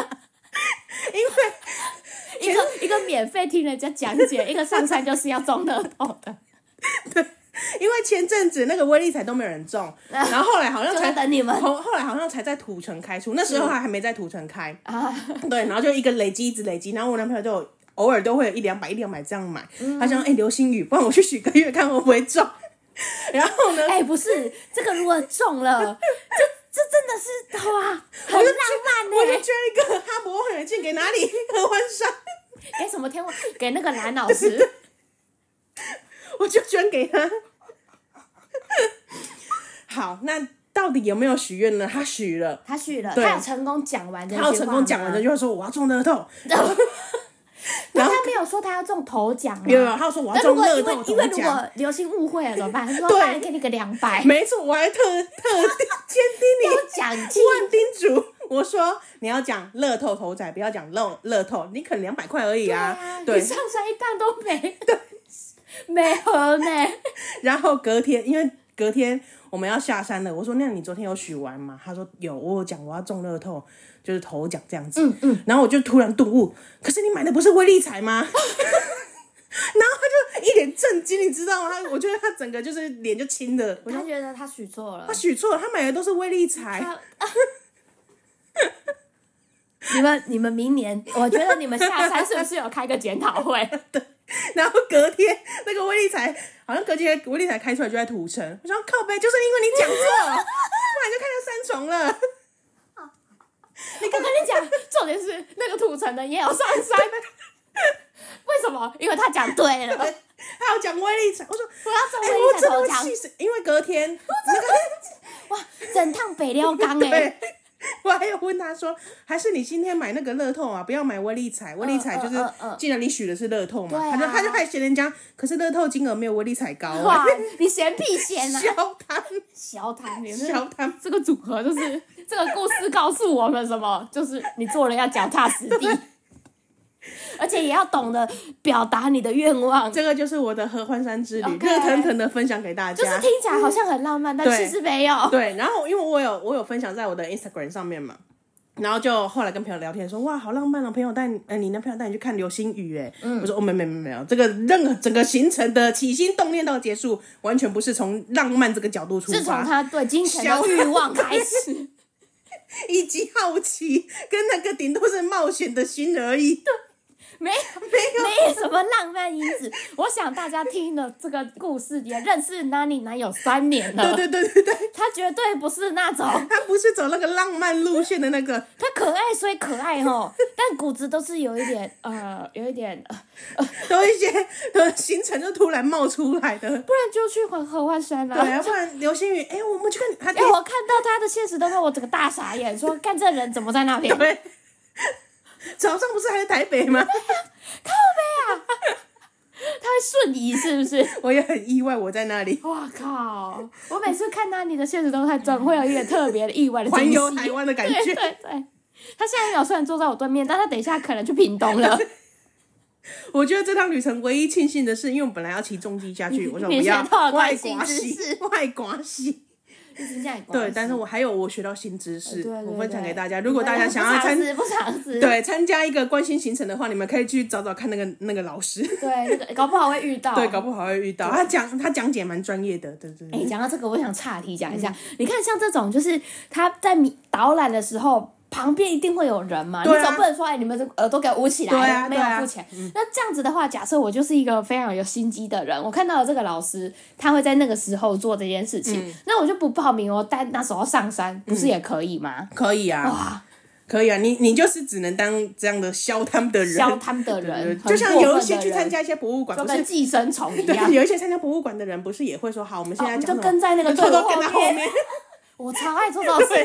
[SPEAKER 1] 因为
[SPEAKER 2] 一个一个免费听人家讲解，一个上山就是要中乐透的，
[SPEAKER 1] 因为前阵子那个威力彩都没有人 中，然后后来好像
[SPEAKER 2] 就
[SPEAKER 1] 才
[SPEAKER 2] 在等你们嗯
[SPEAKER 1] 后后来好像才在土城开出，那时候还还没在土城开，
[SPEAKER 2] 啊！
[SPEAKER 1] 对，然后就一个累积，一直累积。然后我男朋友就有偶尔都会有一两百、一两百这样买。
[SPEAKER 2] 嗯
[SPEAKER 1] 他想，哎、流星雨，不然我去许个月看会不会中。然后呢，
[SPEAKER 2] 哎、不是这个，如果中了，这这真的是 哇，哎很浪漫欸
[SPEAKER 1] 我就
[SPEAKER 2] 呢、
[SPEAKER 1] 捐一个哈勃望远镜给哪里？ 合欢山，
[SPEAKER 2] 给什么天文？给那个蓝老师，
[SPEAKER 1] 我就捐给他。好，那到底有没有许愿呢？他许了。
[SPEAKER 2] 他去了，
[SPEAKER 1] 对
[SPEAKER 2] 他有成功讲完这句
[SPEAKER 1] 他
[SPEAKER 2] 话吗，啊
[SPEAKER 1] 要成功讲完这句话，说我要中乐透。
[SPEAKER 2] 但
[SPEAKER 1] 然后
[SPEAKER 2] 他没有说他要中头奖吗？
[SPEAKER 1] 有有，他说我要
[SPEAKER 2] 那如
[SPEAKER 1] 中
[SPEAKER 2] 果
[SPEAKER 1] 乐
[SPEAKER 2] 因
[SPEAKER 1] 透
[SPEAKER 2] 为因为
[SPEAKER 1] 头
[SPEAKER 2] 如
[SPEAKER 1] 奖。
[SPEAKER 2] 果流星误会了怎么办？他 说
[SPEAKER 1] 对
[SPEAKER 2] 那给你个两百，
[SPEAKER 1] 没错，我还特特 千叮咛
[SPEAKER 2] 有奖金，
[SPEAKER 1] 万叮嘱 我说，你要讲乐透头仔，不要讲乐乐透，你可能两百块而已啊。
[SPEAKER 2] 你上山一趟都没，没合 呢。
[SPEAKER 1] 然后隔天，因为隔天我们要下山了，我说那你昨天有许完吗？他说有，我有讲我要中乐透，就是头奖这样子。嗯嗯。然后我就突然顿悟，可是你买的不是威力彩吗？ 然后他就一脸震惊，你知道吗？他我觉得他整个就是脸就青的。我
[SPEAKER 2] 他
[SPEAKER 1] 说
[SPEAKER 2] 觉得他许错了
[SPEAKER 1] 他，啊许错了，他买的都是威力彩。
[SPEAKER 2] 他。啊 你们你们明年，我觉得你们下山是不是有开个检讨 会？
[SPEAKER 1] 然后隔天那个威力才好像隔天威力才开出来就在土城，我想靠背，就是因为你讲错，不
[SPEAKER 2] 哦
[SPEAKER 1] 然就看到三重了。
[SPEAKER 2] 我跟你讲，重点是那个土城的也有上山， 为什么？因为他讲对了，
[SPEAKER 1] 还有讲威力才，我说
[SPEAKER 2] 我要中
[SPEAKER 1] 哎、
[SPEAKER 2] 威
[SPEAKER 1] 我
[SPEAKER 2] 力
[SPEAKER 1] 真
[SPEAKER 2] 彩
[SPEAKER 1] 的
[SPEAKER 2] 头
[SPEAKER 1] 会
[SPEAKER 2] 奖
[SPEAKER 1] 气，死，因为隔天
[SPEAKER 2] 哇，整趟北料岗哎，
[SPEAKER 1] 对。我还有问他说，还是你今天买那个乐透啊，不要买威力彩，威力彩就是，
[SPEAKER 2] 嗯嗯嗯
[SPEAKER 1] 既然你许的是乐透嘛，
[SPEAKER 2] 对
[SPEAKER 1] 他
[SPEAKER 2] 啊
[SPEAKER 1] 就他就还嫌人家，可是乐透金额没有威力彩高、
[SPEAKER 2] 哇
[SPEAKER 1] 啊，，
[SPEAKER 2] 你嫌 屁嫌啊！
[SPEAKER 1] 小谈
[SPEAKER 2] 哎 小谈，你们
[SPEAKER 1] 小谈，
[SPEAKER 2] 这个组合就是 这个故事告诉我们什么？就是你做人要脚踏实地，而且也要懂得表达你的愿望。
[SPEAKER 1] 这个就是我的合欢山之旅，
[SPEAKER 2] OK
[SPEAKER 1] 热腾腾的分享给大家，
[SPEAKER 2] 就是听起来好像很浪漫，但
[SPEAKER 1] 对
[SPEAKER 2] 其实没有。
[SPEAKER 1] 对，然后因为我有我有分享在我的 Instagram 上面嘛，然后就后来跟朋友聊天说，哇，好浪漫哦，朋友带你，呃，你男朋友带你去看流星雨，哎、
[SPEAKER 2] 嗯
[SPEAKER 1] 我说哦，没没没没有，这个任何整个行程的起心动念到结束，完全不是从浪漫这个角度出
[SPEAKER 2] 自从
[SPEAKER 1] 发，
[SPEAKER 2] 他对金钱的欲望开始，
[SPEAKER 1] 以及好奇跟那个顶多是冒险的心而已。
[SPEAKER 2] 没没有什么浪漫因子。我想大家听了这个故事，也认识 Nani 男友三年了，
[SPEAKER 1] 对对对对对，
[SPEAKER 2] 他绝对不是那种
[SPEAKER 1] 他不是走那个浪漫路线的那个，
[SPEAKER 2] 他可爱虽可爱吼，但骨子都是有一点呃，有一点呃
[SPEAKER 1] 有一些呃行程就突然冒出来的。
[SPEAKER 2] 不然就去合合欢山啦、
[SPEAKER 1] 对啊，不然流星雨，哎、我们去看他第
[SPEAKER 2] 哎、我看到他的现实动态，我整个大傻 眼，说干这人怎么在那边？
[SPEAKER 1] 对，早上不是还在台北吗？
[SPEAKER 2] 他会瞬移是不是？
[SPEAKER 1] 我也很意外，我在那里
[SPEAKER 2] 哇靠！我每次看到你的现实动态，总会有一点特别的意外的惊
[SPEAKER 1] 环
[SPEAKER 2] 喜。
[SPEAKER 1] 游台湾的感
[SPEAKER 2] 对
[SPEAKER 1] 觉。
[SPEAKER 2] 对对，他现在没有虽然坐在我对面，但他等一下可能去屏东了。
[SPEAKER 1] 我觉得这趟旅程唯一庆幸的是，因为我本来要骑重机下去，我说我
[SPEAKER 2] 你学
[SPEAKER 1] 要
[SPEAKER 2] 到了关
[SPEAKER 1] 外
[SPEAKER 2] 心
[SPEAKER 1] 刮
[SPEAKER 2] 知
[SPEAKER 1] 洗
[SPEAKER 2] 识，
[SPEAKER 1] 外刮洗。
[SPEAKER 2] 一直这样也关
[SPEAKER 1] 对，
[SPEAKER 2] 系
[SPEAKER 1] 但是我还有我学到新知识，
[SPEAKER 2] 对对
[SPEAKER 1] 我分享
[SPEAKER 2] 对
[SPEAKER 1] 给大家。如果大家想要
[SPEAKER 2] 不
[SPEAKER 1] 参
[SPEAKER 2] 常吃不常吃，
[SPEAKER 1] 对参加一个关心行程的话，你们可以去找找看那个那个老师，
[SPEAKER 2] 对，那个搞不好会遇到。
[SPEAKER 1] 对，搞不好会遇到他讲他讲解蛮专业的，对对
[SPEAKER 2] 哎、
[SPEAKER 1] 对。
[SPEAKER 2] 讲到这个，我想岔题讲一下。你看，像这种就是他在你导览的时候，旁边一定会有人嘛，
[SPEAKER 1] 对啊
[SPEAKER 2] 你总不能说哎、你们这耳朵给我捂起来，
[SPEAKER 1] 对啊
[SPEAKER 2] 没
[SPEAKER 1] 对啊
[SPEAKER 2] 有付钱。那这样子的话，假设我就是一个非常有心机的人，我看到了这个老师，他会在那个时候做这件事情，那我就不报名哦，但那时候上山不是也可以吗？
[SPEAKER 1] 可以啊，可以啊，你你就是只能当这样的消他们的人，
[SPEAKER 2] 消他们的人，
[SPEAKER 1] 就像有一些去参
[SPEAKER 2] 加，
[SPEAKER 1] 加一些博物馆，
[SPEAKER 2] 就
[SPEAKER 1] 不
[SPEAKER 2] 跟
[SPEAKER 1] 是
[SPEAKER 2] 寄生虫一样
[SPEAKER 1] 对，，有一些参加博物馆的人，不是也会说好，我们现在
[SPEAKER 2] 哦
[SPEAKER 1] 讲
[SPEAKER 2] 就
[SPEAKER 1] 什么
[SPEAKER 2] 跟在那个
[SPEAKER 1] 偷
[SPEAKER 2] 队伍
[SPEAKER 1] 偷跟在后
[SPEAKER 2] 面。
[SPEAKER 1] 面，
[SPEAKER 2] 我超爱做这种事。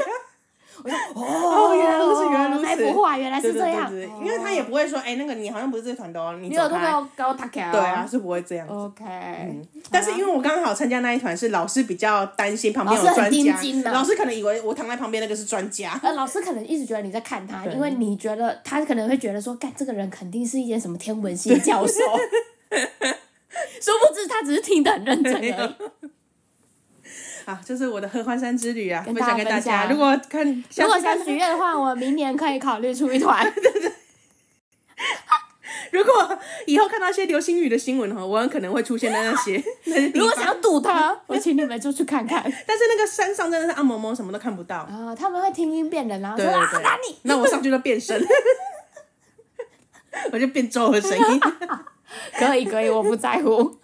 [SPEAKER 2] 我说 哦，
[SPEAKER 1] 哦原来如此原来如此
[SPEAKER 2] 那幅画原来
[SPEAKER 1] 对
[SPEAKER 2] 是
[SPEAKER 1] 对
[SPEAKER 2] 这
[SPEAKER 1] 对
[SPEAKER 2] 样，
[SPEAKER 1] 对对，因为他也不会说，哎，那个你好像不是这团的哦，你
[SPEAKER 2] 你
[SPEAKER 1] 走
[SPEAKER 2] 耳朵给
[SPEAKER 1] 开，
[SPEAKER 2] 我给我打开。
[SPEAKER 1] 对啊，。是嗯不会这样。
[SPEAKER 2] 哦 OK，
[SPEAKER 1] 但是因为我刚好参加那一团，是老师比较担心旁边有
[SPEAKER 2] 啊老师很
[SPEAKER 1] 专家
[SPEAKER 2] 盯紧，嘛
[SPEAKER 1] 老师可能以为我躺在旁边那个是专 家，
[SPEAKER 2] 呃，老师可能一直觉得你在看他，因为你觉得他可能会觉得说，干这个人肯定是一件什么天文系的 教授，殊不知他只是听得很认真而
[SPEAKER 1] 没有
[SPEAKER 2] 已。
[SPEAKER 1] 啊，这是我的合欢山之旅啊，
[SPEAKER 2] 跟
[SPEAKER 1] 分
[SPEAKER 2] 大家
[SPEAKER 1] 享给大家。
[SPEAKER 2] 分享
[SPEAKER 1] 如果看，
[SPEAKER 2] 如果
[SPEAKER 1] 下次看
[SPEAKER 2] 想许愿的话，我明年可以考虑出 一团。
[SPEAKER 1] 啊如果以后看到一些流星雨的新闻哈，我很可能会出现在那些那些地
[SPEAKER 2] 如果
[SPEAKER 1] 方。
[SPEAKER 2] 想赌他，我请你们就去看看。
[SPEAKER 1] 但是那个山上真的是暗蒙蒙，什么都看不到。
[SPEAKER 2] 啊，他们会听音辨人，然后
[SPEAKER 1] 对
[SPEAKER 2] 说
[SPEAKER 1] 对
[SPEAKER 2] 啊，
[SPEAKER 1] 对
[SPEAKER 2] 打你。
[SPEAKER 1] 那我上去就变 身， 我就变周的声 音。
[SPEAKER 2] 可以可以，我不在乎。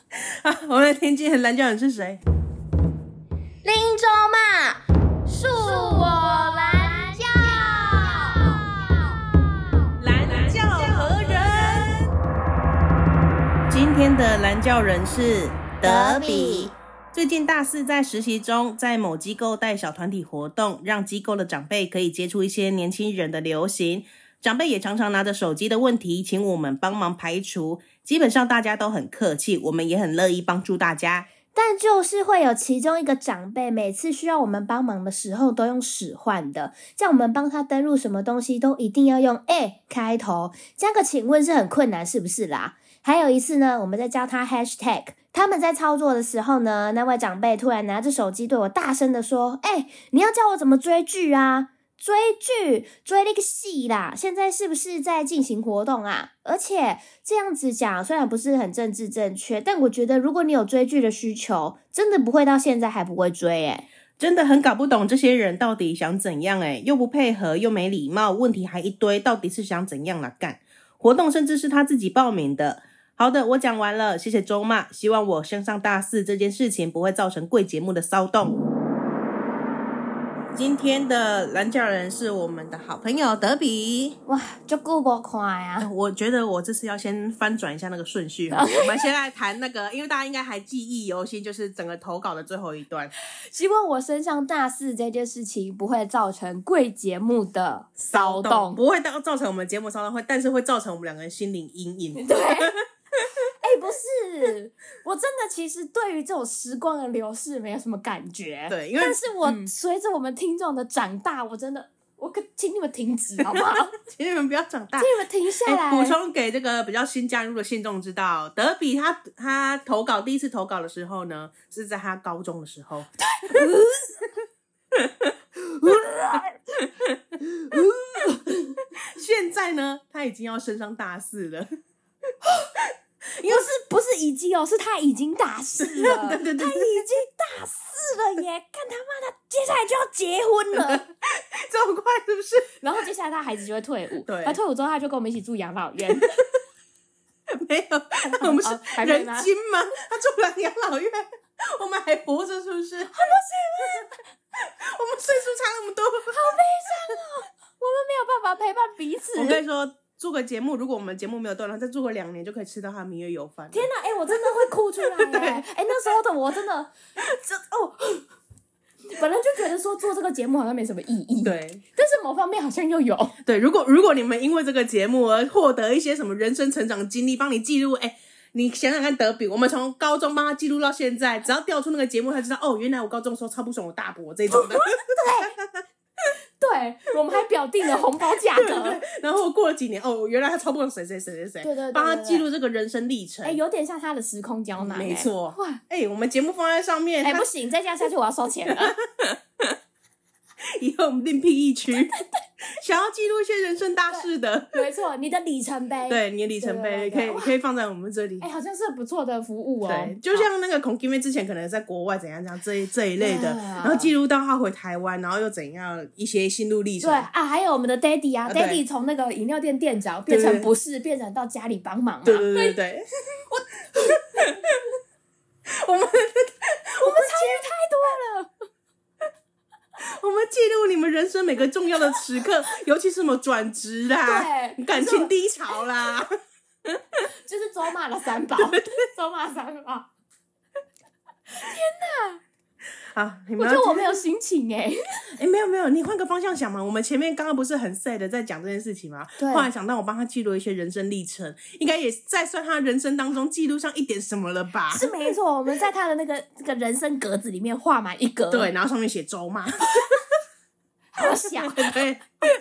[SPEAKER 1] 啊我们的天津很蓝教人是谁？
[SPEAKER 3] 林州嘛，恕我蓝教。
[SPEAKER 1] 蓝教何人？今天的蓝教人是
[SPEAKER 3] 德比。
[SPEAKER 1] 最近大四在实习中，在某机构带小团体活动，让机构的长辈可以接触一些年轻人的流行。长辈也常常拿着手机的问题，请我们帮忙排除。基本上大家都很客气，我们也很乐意帮助大家。
[SPEAKER 3] 但就是会有其中一个长辈，每次需要我们帮忙的时候都用使唤的，叫我们帮他登录什么东西都一定要用“哎、开头，加个请问是很困难，是不是啦？还有一次呢，我们在教他 hashtag，他们在操作的时候呢，那位长辈突然拿着手机对我大声的说：“哎、你要教我怎么追剧啊？”追剧追那个戏啦，现在是不是在进行活动啊？而且这样子讲虽然不是很政治正确，但我觉得如果你有追剧的需求，真的不会到现在还不会追诶、
[SPEAKER 1] 真的很搞不懂这些人到底想怎样哎、又不配合，又没礼貌，问题还一堆，到底是想怎样啦、干？活动甚至是他自己报名的。好的，我讲完了，谢谢周骂，希望我升上大四这件事情不会造成贵节目的骚动。今天的蓝教人是我们的好朋友德比，
[SPEAKER 3] 哇，就顾不快啊！
[SPEAKER 1] 我觉得我这次要先翻转一下那个顺序 哈，我们先来谈那个，因为大家应该还记忆犹新，就是整个投稿的最后一段
[SPEAKER 2] 希望我身上大事这件事情不会造成贵节目的骚动。
[SPEAKER 1] 不会到造成我们节目骚动，会但是会造成我们两个人心灵阴影。
[SPEAKER 2] 对，哎、不是，我真的其实对于这种时光的流逝没有什么感觉。
[SPEAKER 1] 对因为嗯
[SPEAKER 2] 但是我随着我们听众的长大，我真的，我可请你们停止好不好？请
[SPEAKER 1] 请你们不要长 大。
[SPEAKER 2] 你们停下来。
[SPEAKER 1] 哎补充给这个比较新加入的信众知道，德比他他投稿第一次投稿的时候呢，是在他高中的时候。 现在呢，他已经要升上大四了。
[SPEAKER 2] 不是不是已经哦，是他已经大四 了，
[SPEAKER 1] 对对对
[SPEAKER 2] 他已经大四了耶！看他妈的，接下来就要结婚了，
[SPEAKER 1] 这么快是不是？
[SPEAKER 2] 然后接下来他孩子就会退伍，
[SPEAKER 1] 对
[SPEAKER 2] 他退伍之后他就跟我们一起住养老 院，
[SPEAKER 1] 没 有，我们是
[SPEAKER 2] 哦还没
[SPEAKER 1] 人
[SPEAKER 2] 吗
[SPEAKER 1] 精吗？他住了养老院，我们还活着是不是？他不行
[SPEAKER 2] 啊
[SPEAKER 1] 我们岁数差那么多。
[SPEAKER 2] 我们没有办法陪伴彼此。
[SPEAKER 1] 我
[SPEAKER 2] 天
[SPEAKER 1] 跟你说，做个节目，如果我们节目没有断了，再做个两年就可以吃到他的明月有饭了。
[SPEAKER 2] 哪，哎、我真的会哭出 来耶！哎、那时候的我真的，这哦，本来就觉得说做这个节目好像没什么意义，，
[SPEAKER 1] 嗯对
[SPEAKER 2] 但是某方面好像又有，
[SPEAKER 1] 对，如果如果你们因为这个节目而获得一些什么人生成长经历，帮你记录，哎，你想想看，德比，我们从高中帮他记录到现在，只要调出那个节目，他知道哦，原来我高中的时候超不爽我大伯这种的。
[SPEAKER 2] 对， 对，我们还表定了红包 价格，
[SPEAKER 1] 然后过了几年，哦，原来他超过了谁谁谁谁谁，
[SPEAKER 2] 对对对对
[SPEAKER 1] 帮他
[SPEAKER 2] 对
[SPEAKER 1] 记录这个人生历程。
[SPEAKER 2] 哎、有点像他的时空胶囊、哎
[SPEAKER 1] 没错
[SPEAKER 2] 哇，
[SPEAKER 1] 哎、我们节目放在上面，
[SPEAKER 2] 哎、
[SPEAKER 1] 他
[SPEAKER 2] 不行，再这样下去我要收钱了。
[SPEAKER 1] 哎以后我们另辟一区，想要记录一些人生大事的，
[SPEAKER 2] 没错，你的里程碑，，
[SPEAKER 1] 对你的里程碑
[SPEAKER 2] 对对
[SPEAKER 1] 可
[SPEAKER 2] 对
[SPEAKER 1] 以
[SPEAKER 2] 哇
[SPEAKER 1] 可以放在我们这里
[SPEAKER 2] 哎、。好像是不错的服务哦、
[SPEAKER 1] 对，就像那个孔金妹之前可能在国外怎样怎样这一这一类的，
[SPEAKER 2] 对啊
[SPEAKER 1] 然后记录到她回台湾，然后又怎样一些心路历
[SPEAKER 2] 对
[SPEAKER 1] 程。
[SPEAKER 2] 啊，还有我们的 Daddy 啊
[SPEAKER 1] 啊对
[SPEAKER 2] ，Daddy 从那个饮料店店长变
[SPEAKER 1] 对
[SPEAKER 2] 成
[SPEAKER 1] 对
[SPEAKER 2] 不是，变成到家里帮忙嘛。啊
[SPEAKER 1] 对对对对对， 我我们
[SPEAKER 2] 我们参与太多了。
[SPEAKER 1] 我们记录你们人生每个重要的时 刻，尤其是什么转职啦、
[SPEAKER 2] 对
[SPEAKER 1] 感情低潮啦，
[SPEAKER 2] 就是走马了 三宝，走马三宝。
[SPEAKER 1] 啊，你
[SPEAKER 2] 我
[SPEAKER 1] 们
[SPEAKER 2] 觉
[SPEAKER 1] 要
[SPEAKER 2] 得我没有心情 哎、
[SPEAKER 1] 哎、没有没有，你换个方向想嘛。我们前面刚刚不是很 sad 的在讲这件事情吗？
[SPEAKER 3] 对
[SPEAKER 1] 后来想到我帮他记录一些人生历程，应该也在算他人生当中记录上一点什么了吧？
[SPEAKER 2] 是没错。我们在他的那个这个人生格子里面画满一格，
[SPEAKER 1] 对，，然后上面写周嘛，
[SPEAKER 2] 好小，
[SPEAKER 1] 对，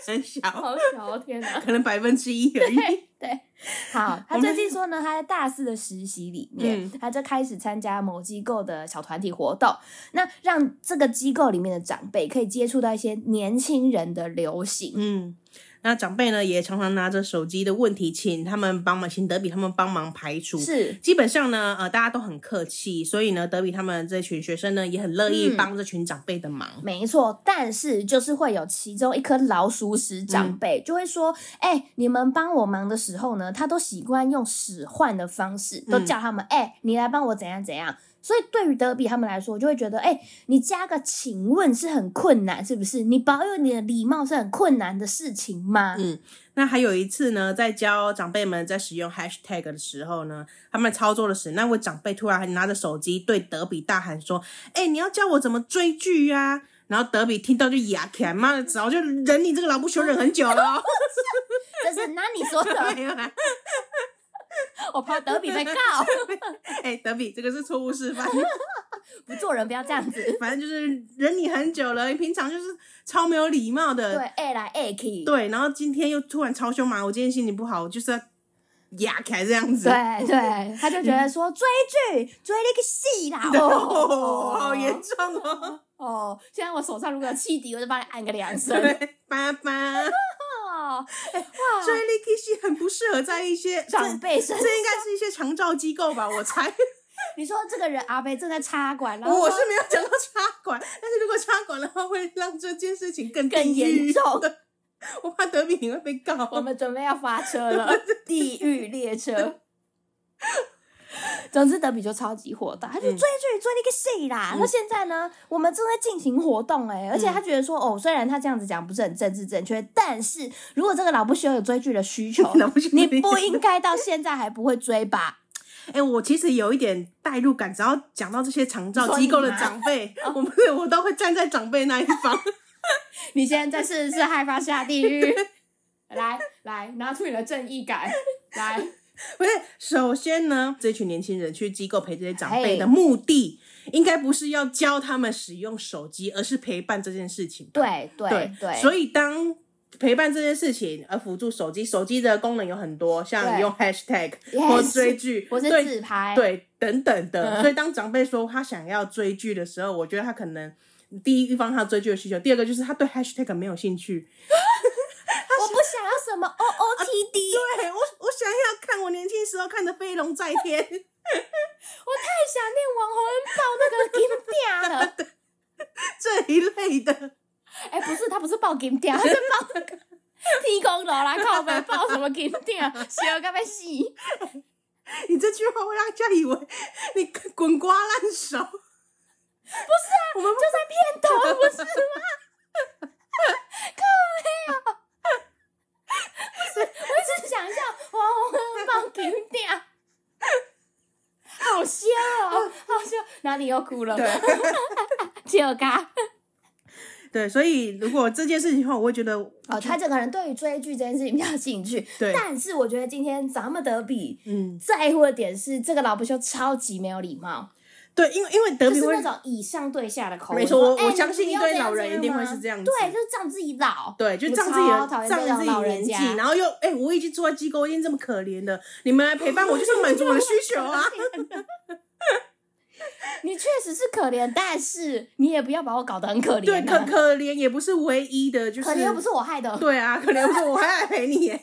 [SPEAKER 1] 很小，
[SPEAKER 2] 好小，哦天哪！
[SPEAKER 1] 可能百分之一而已。
[SPEAKER 2] 对， 好，他最近说呢，他在大四的实习里面，
[SPEAKER 1] 嗯
[SPEAKER 2] 他就开始参加某机构的小团体活动，那让这个机构里面的长辈可以接触到一些年轻人的流行。
[SPEAKER 1] 嗯，那长辈呢也常常拿着手机的问题，请他们帮忙，请德比他们帮忙排除。
[SPEAKER 2] 是，
[SPEAKER 1] 基本上呢，呃，大家都很客气，所以呢，德比他们这群学生呢也很乐意
[SPEAKER 2] 嗯
[SPEAKER 1] 帮这群长辈的忙。
[SPEAKER 2] 没错，但是就是会有其中一颗老鼠屎
[SPEAKER 1] 嗯
[SPEAKER 2] 长辈、就会说：“哎、你们帮我忙的时候呢，他都习惯用使唤的方式，都
[SPEAKER 1] 嗯
[SPEAKER 2] 叫他们哎、你来帮我怎样怎样。”所以对于德比他们来说，就会觉得哎、你加个请问是很困难，是不是？你保有你的礼貌是很困难的事情吗？
[SPEAKER 1] 嗯那还有一次呢，在教长辈们在使用 hashtag 的时候呢，他们操作的时，那位长辈突然还拿着手机对德比大喊说：“哎、你要教我怎么追剧啊？”然后德比听到就哑起来，妈的，早就忍你这个老不休忍很久了哦。
[SPEAKER 2] 这是那你说的，
[SPEAKER 1] 没有啦，
[SPEAKER 2] 我怕德比被告，
[SPEAKER 1] 哎、德比，这个是错误示范，
[SPEAKER 2] 不做人不要这样子。
[SPEAKER 1] 反正就是忍你很久了，你平常就是超没有礼貌
[SPEAKER 2] 对，
[SPEAKER 1] 的，
[SPEAKER 2] 哎、来哎去，
[SPEAKER 1] 对然后今天又突然超凶嘛，我今天心情不好，我就是要哑起来这样 子。
[SPEAKER 2] 对对，他就觉得说追剧追那个戏啦，
[SPEAKER 1] 哦，好严重哦。
[SPEAKER 2] 哦，现在我手上如果有气笛，我就帮你按个两声。
[SPEAKER 1] 对，爸爸，
[SPEAKER 2] 哦，
[SPEAKER 1] 所以 Licky 系很不适合在一些这
[SPEAKER 2] 长辈身
[SPEAKER 1] 这，应该是一些长照机构吧，我猜。
[SPEAKER 2] 你说这个人阿贝正在插管，然后
[SPEAKER 1] 我
[SPEAKER 2] 说
[SPEAKER 1] 是没有讲到插管，但是如果插管的话，会让这件事情更
[SPEAKER 2] 更
[SPEAKER 1] 地狱
[SPEAKER 2] 严重
[SPEAKER 1] 对我怕德比你会被告。
[SPEAKER 2] 我们准备要发车了，地狱列车。总之，德比就超级火大，他就追
[SPEAKER 1] 嗯
[SPEAKER 2] 剧追了一个戏啦。
[SPEAKER 1] 嗯
[SPEAKER 2] 那、现在呢，我们正在进行活动哎、而且
[SPEAKER 1] 嗯
[SPEAKER 2] 他觉得说，哦，虽然他这样子讲不是很政治正确，但是如果这个老不休有追剧的 需求
[SPEAKER 1] 老不休，
[SPEAKER 2] 你不应该到现在还不会追吧？
[SPEAKER 1] 哎、我其实有一点代入感，只要讲到这些长照机构的长辈，
[SPEAKER 2] 哦
[SPEAKER 1] 我们我都会站在长辈那一方。
[SPEAKER 2] 你现在是是害怕下地狱？来来，拿出你的正义感，来，
[SPEAKER 1] 不是，首先呢，这群年轻人去机构陪这些长辈的
[SPEAKER 2] 嘿
[SPEAKER 1] 目的，应该不是要教他们使用手机，而是陪伴这件事情。
[SPEAKER 2] 对对对，
[SPEAKER 1] 所
[SPEAKER 2] 以
[SPEAKER 1] 以当陪伴这件事情而辅助手机，手机的功能有很多，像
[SPEAKER 2] 对
[SPEAKER 1] 用 hashtag 或
[SPEAKER 2] Yes，
[SPEAKER 1] 追 剧，
[SPEAKER 2] 我是
[SPEAKER 1] 对
[SPEAKER 2] 自拍，
[SPEAKER 1] 对等等的。
[SPEAKER 2] 嗯
[SPEAKER 1] 所以当长辈说他想要追剧的时候，我觉得他可能第一预防他追剧的需求，第二个就是他对 hashtag 没有兴趣。啊
[SPEAKER 2] 我不想要什么哦 O O T D，、
[SPEAKER 1] 对我，我想要看我年轻时候看的《飞龙在天》，
[SPEAKER 2] 我太想念网红抱那 个金嗲了。
[SPEAKER 1] 这一类的。
[SPEAKER 2] 哎、不是，他不是抱金嗲，他是抱那个天公老来靠背抱什么金啊嗲，小 个被死。
[SPEAKER 1] 你这句话会让人家以为 你滚瓜烂熟。
[SPEAKER 2] 我们就在片头，不是吗？靠背啊！不是，我一直想象王文放停掉，好笑哦，好笑，哪里又哭 了？就嘎
[SPEAKER 1] 对，所以如果这件事情的话，我会觉得
[SPEAKER 2] 哦，他这个人对于追剧这件事情比较兴趣，
[SPEAKER 1] 对
[SPEAKER 2] 但是我觉得今天咱们德比
[SPEAKER 1] 嗯，
[SPEAKER 2] 在乎的点是，这个老不休超级没有礼貌，
[SPEAKER 1] 对，因为因为德
[SPEAKER 3] 就
[SPEAKER 1] 比
[SPEAKER 3] 是
[SPEAKER 1] 会
[SPEAKER 3] 那种以上对下的口吻。
[SPEAKER 1] 没错我
[SPEAKER 3] 说哎
[SPEAKER 1] 我相信
[SPEAKER 3] 你
[SPEAKER 1] 一
[SPEAKER 3] 不要
[SPEAKER 1] 堆
[SPEAKER 3] 这样
[SPEAKER 1] 老人
[SPEAKER 3] 这样
[SPEAKER 1] 一定
[SPEAKER 3] 吗
[SPEAKER 1] 会是这样子
[SPEAKER 3] 对，就是仗自己老。
[SPEAKER 1] 对，就
[SPEAKER 3] 我
[SPEAKER 1] 仗自
[SPEAKER 3] 超讨
[SPEAKER 1] 己
[SPEAKER 3] 厌
[SPEAKER 1] 仗
[SPEAKER 3] 这
[SPEAKER 1] 着
[SPEAKER 3] 种
[SPEAKER 1] 自己
[SPEAKER 3] 老人
[SPEAKER 1] 年纪
[SPEAKER 3] 家，
[SPEAKER 1] 然后又哎、我已经住在机构，我已经这么可怜了，你们来陪伴我，就是满足我的需求 啊。
[SPEAKER 3] 你确
[SPEAKER 2] 确实是可怜，但是你也不要把我搞得很可怜、
[SPEAKER 1] 对，可
[SPEAKER 2] 啊。
[SPEAKER 1] 可怜也不是唯一的，就是
[SPEAKER 2] 可怜又不是我害的，
[SPEAKER 1] 对啊，可怜不是我还来陪你耶。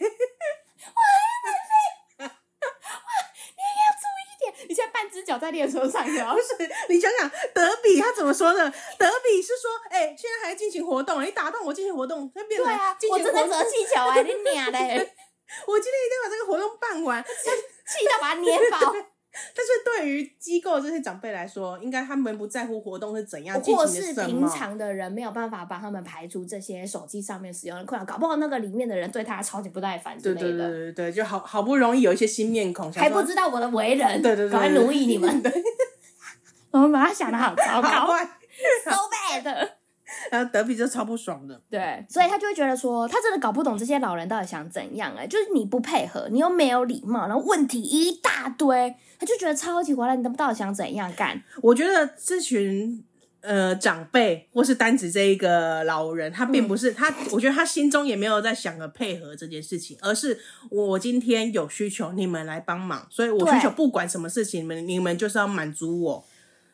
[SPEAKER 2] 一点，你现在半只脚在列车上， 然后
[SPEAKER 1] 不是，你想想德比他怎么说的？德比是说，哎、现在还进行活动，你打断我进行活动，那变
[SPEAKER 2] 对
[SPEAKER 1] 成
[SPEAKER 2] 啊，
[SPEAKER 1] 进
[SPEAKER 2] 我
[SPEAKER 1] 行活
[SPEAKER 2] 真
[SPEAKER 1] 动。
[SPEAKER 2] 的折气球啊，你 娘嘞，
[SPEAKER 1] 我今天一定要把这个活动办完。
[SPEAKER 2] 气到把它捏爆。
[SPEAKER 1] 但是对于机构这些长辈来说，应该他们不在乎活动是怎样进
[SPEAKER 2] 或
[SPEAKER 1] 行的
[SPEAKER 2] 是
[SPEAKER 1] 什
[SPEAKER 2] 平
[SPEAKER 1] 么。
[SPEAKER 2] 常的人没有办法帮他们排除这些手机上面使用的困扰，搞不好那个里面的人对他超级不耐烦
[SPEAKER 1] 对
[SPEAKER 2] 之类
[SPEAKER 1] 对对
[SPEAKER 2] 的，
[SPEAKER 1] 对对，就好好不容易有一些新面孔，想
[SPEAKER 2] 还
[SPEAKER 1] 说
[SPEAKER 2] 不知道我的为人，
[SPEAKER 1] 对对对对
[SPEAKER 2] 赶快奴役你们。我们把他想的好糟
[SPEAKER 1] 好啊
[SPEAKER 2] 糕
[SPEAKER 1] 坏，
[SPEAKER 2] ，so bad。
[SPEAKER 1] 然后德比就超不爽的。
[SPEAKER 2] 对，所以他就会觉得说，他真的搞不懂这些老人到底想怎样哎、就是你不配合，你又没有礼貌，然后问题一大堆，他就觉得超级划来，你到底想怎样干？
[SPEAKER 1] 我觉得这群呃长辈或是单指这一个老人，他
[SPEAKER 2] 嗯
[SPEAKER 1] 并不是、他，我觉得他心中也没有在想着配合这件事情，而是我今天有需求，你们来帮忙，所以我需求
[SPEAKER 2] 对
[SPEAKER 1] 不管什么事情，你们你们就是要满足我。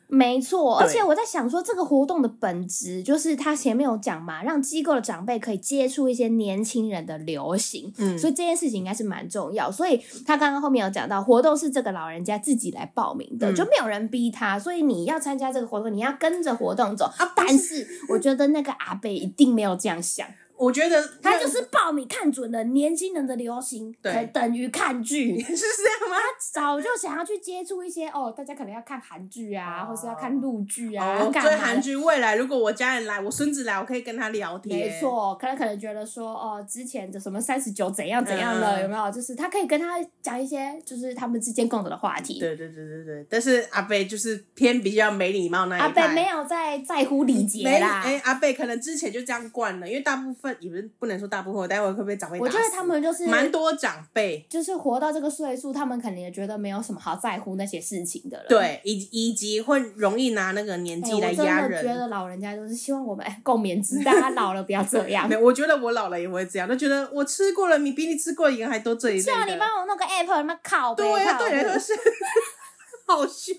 [SPEAKER 2] 没错，
[SPEAKER 1] 对
[SPEAKER 2] 而且我在想说，这个活动的本质就是他前面有讲嘛，让机构的长辈可以接触一些年轻人的流行，
[SPEAKER 1] 嗯
[SPEAKER 2] 所以这件事情应该是蛮重要。所以他刚刚后面有讲到，活动是这个老人家自己来报名的，
[SPEAKER 1] 嗯
[SPEAKER 2] 就没有人逼他，所以你要参加这个活动，你要跟着活动走。
[SPEAKER 1] 啊不是
[SPEAKER 2] 但是 我觉得那个阿贝一定没有这样想，
[SPEAKER 1] 我觉得
[SPEAKER 2] 他就是报名看准了年轻人的流行，
[SPEAKER 1] 对
[SPEAKER 2] 可等于看 剧。
[SPEAKER 1] 是这样吗？
[SPEAKER 2] 他早就想要去接触一些哦，大家可能要看韩剧啊，
[SPEAKER 1] 哦
[SPEAKER 2] 或是要看陆剧啊，
[SPEAKER 1] 哦，
[SPEAKER 2] 干
[SPEAKER 1] 追
[SPEAKER 2] 嘛
[SPEAKER 1] 韩
[SPEAKER 2] 的？
[SPEAKER 1] 剧未来，如果我家人来，我孙子来，我可以跟他聊天。
[SPEAKER 2] 没，错，可能可能觉得说哦，之前的什么三十九怎样怎样的，
[SPEAKER 1] 嗯
[SPEAKER 2] 有没有？就是他可以跟他讲一些，就是他们之间共同的话题。
[SPEAKER 1] 对对对对对。但是阿贝就是偏比较没礼貌那一派。
[SPEAKER 2] 阿北啊没有在在乎礼节
[SPEAKER 1] 没
[SPEAKER 2] 啦，
[SPEAKER 1] 哎、阿贝可能之前就这样惯了，因为大部分也不是不能说大部分，我待会会被长辈打
[SPEAKER 2] 我觉得
[SPEAKER 1] 死
[SPEAKER 2] 他们就是
[SPEAKER 1] 蛮多长辈，
[SPEAKER 2] 就是活到这个岁数，他们肯定也觉得没有什么好在乎那些事情的了。
[SPEAKER 1] 对，以以及会容易拿那个年
[SPEAKER 2] 哎，
[SPEAKER 1] 纪来
[SPEAKER 2] 我真
[SPEAKER 1] 压
[SPEAKER 2] 的觉
[SPEAKER 1] 人。
[SPEAKER 2] 得老人家就是希望我们哎共勉之，大家老了不要这 样
[SPEAKER 1] 没。有，我觉得我老了也会这样，就觉得我吃过了米，比你吃过的盐还多这一类
[SPEAKER 2] 最好
[SPEAKER 1] 的。
[SPEAKER 2] 啊你帮我弄个 app，他妈靠呗！
[SPEAKER 1] 对啊，
[SPEAKER 2] 靠
[SPEAKER 1] 对你来说
[SPEAKER 2] 我
[SPEAKER 1] 是 好凶，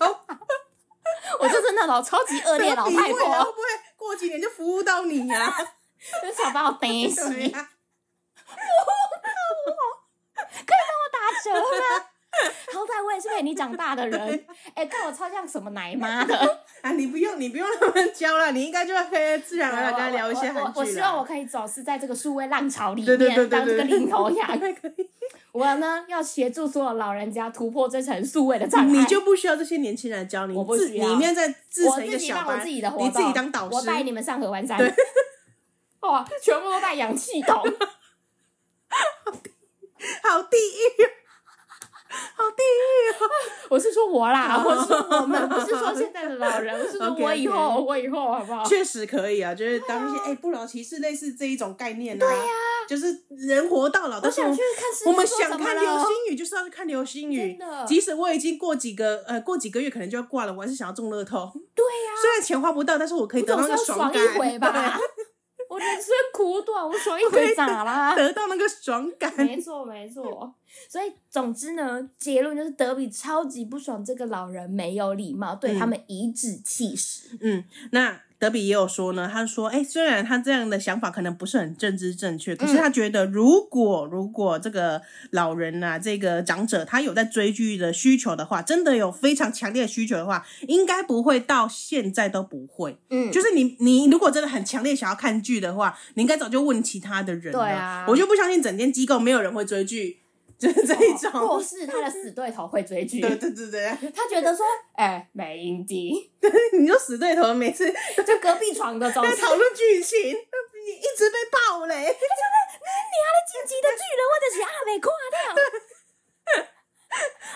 [SPEAKER 2] 我就是那种超级恶劣老
[SPEAKER 1] 啊你
[SPEAKER 2] 太
[SPEAKER 1] 未来会哦
[SPEAKER 2] 婆，
[SPEAKER 1] 不会过几年就服务到你 呀、啊？
[SPEAKER 2] 就想把我逮死，
[SPEAKER 1] 对啊呀、
[SPEAKER 2] 打 折吗？ 好歹我也是陪你长大的 人，哎、看我超像什么奶妈的。
[SPEAKER 1] 啊，你不用，你不用那么教了，你应该就会自然而然跟他聊一些
[SPEAKER 2] 我我
[SPEAKER 1] 韩
[SPEAKER 2] 我我
[SPEAKER 1] 剧
[SPEAKER 2] 希
[SPEAKER 1] 了
[SPEAKER 2] 望我。可以走是在这个数位浪潮里
[SPEAKER 1] 对对对
[SPEAKER 2] 面
[SPEAKER 1] 对
[SPEAKER 2] 当这个
[SPEAKER 1] 对，
[SPEAKER 2] 领头羊。
[SPEAKER 1] 可 以。
[SPEAKER 2] 我呢要协助所有老人家突破这层数位的障碍。
[SPEAKER 1] 你就不需要这些年轻人来教你，
[SPEAKER 2] 我不
[SPEAKER 1] 自
[SPEAKER 2] 需要
[SPEAKER 1] 你面在自
[SPEAKER 2] 我
[SPEAKER 1] 成一个
[SPEAKER 2] 自己
[SPEAKER 1] 小
[SPEAKER 2] 办我
[SPEAKER 1] 班，
[SPEAKER 2] 自己的活动，
[SPEAKER 1] 你自己当导
[SPEAKER 2] 我带
[SPEAKER 1] 师。
[SPEAKER 2] 你们上合欢山
[SPEAKER 1] 对。
[SPEAKER 2] 哇，全部都带氧气筒，
[SPEAKER 1] 好地狱哦，好地狱哦！
[SPEAKER 2] 我是说我 啦，我是我们，不是说现在的老人，我是说
[SPEAKER 1] OK，OK
[SPEAKER 2] 我以后我以后好不好？
[SPEAKER 1] 确实可以啊，就是当一些哎、不老骑士类似这一种概念啊。对呀、就是人活到老，
[SPEAKER 2] 我
[SPEAKER 1] 但是
[SPEAKER 2] 想
[SPEAKER 1] 我
[SPEAKER 2] 去看狮子
[SPEAKER 1] 我们
[SPEAKER 2] 座怎
[SPEAKER 1] 想
[SPEAKER 2] 么
[SPEAKER 1] 看
[SPEAKER 2] 了
[SPEAKER 1] 流星雨，就是要去看流星雨
[SPEAKER 2] 真的。
[SPEAKER 1] 即使我已经过几个呃过几个月可能就要挂了，我还是想要中乐透。
[SPEAKER 2] 对呀、
[SPEAKER 1] 虽然钱花不到，但是我可以
[SPEAKER 2] 我
[SPEAKER 1] 得
[SPEAKER 2] 总
[SPEAKER 1] 到那
[SPEAKER 2] 是要
[SPEAKER 1] 个
[SPEAKER 2] 爽
[SPEAKER 1] 感，
[SPEAKER 2] 一回
[SPEAKER 1] 对啊
[SPEAKER 2] 吧。 我人生苦短，我爽一回咋啦？
[SPEAKER 1] 得到那个爽感。
[SPEAKER 2] 没错，没错。所以，总之呢，结论就是德比超级不爽这个老人没有礼貌， 对他们颐指气使。
[SPEAKER 1] 嗯，那德比也有说呢，他说，哎、虽然他这样的想法可能不是很政治正确，可
[SPEAKER 2] 嗯
[SPEAKER 1] 是他觉得如果如果这个老人啊，这个长者他有在追剧的需求的话，真的有非常强烈的需求的话，应该不会到现在都不会。
[SPEAKER 2] 嗯
[SPEAKER 1] 就是你你如果真的很强烈想要看剧的话，你应该早就问其他的人了。
[SPEAKER 2] 对啊
[SPEAKER 1] 我就不相信整间机构没有人会追剧，就是这一种。
[SPEAKER 2] 哦或是他的死对头会追剧，
[SPEAKER 1] 对对对对，
[SPEAKER 2] 他觉得说，哎、美英迪，
[SPEAKER 1] 你就死对 头，每次
[SPEAKER 2] 就隔壁床 的总
[SPEAKER 1] 在
[SPEAKER 2] 是
[SPEAKER 1] 讨论剧情，你一直被爆雷。
[SPEAKER 2] 晋级的巨人或者是阿美夸掉。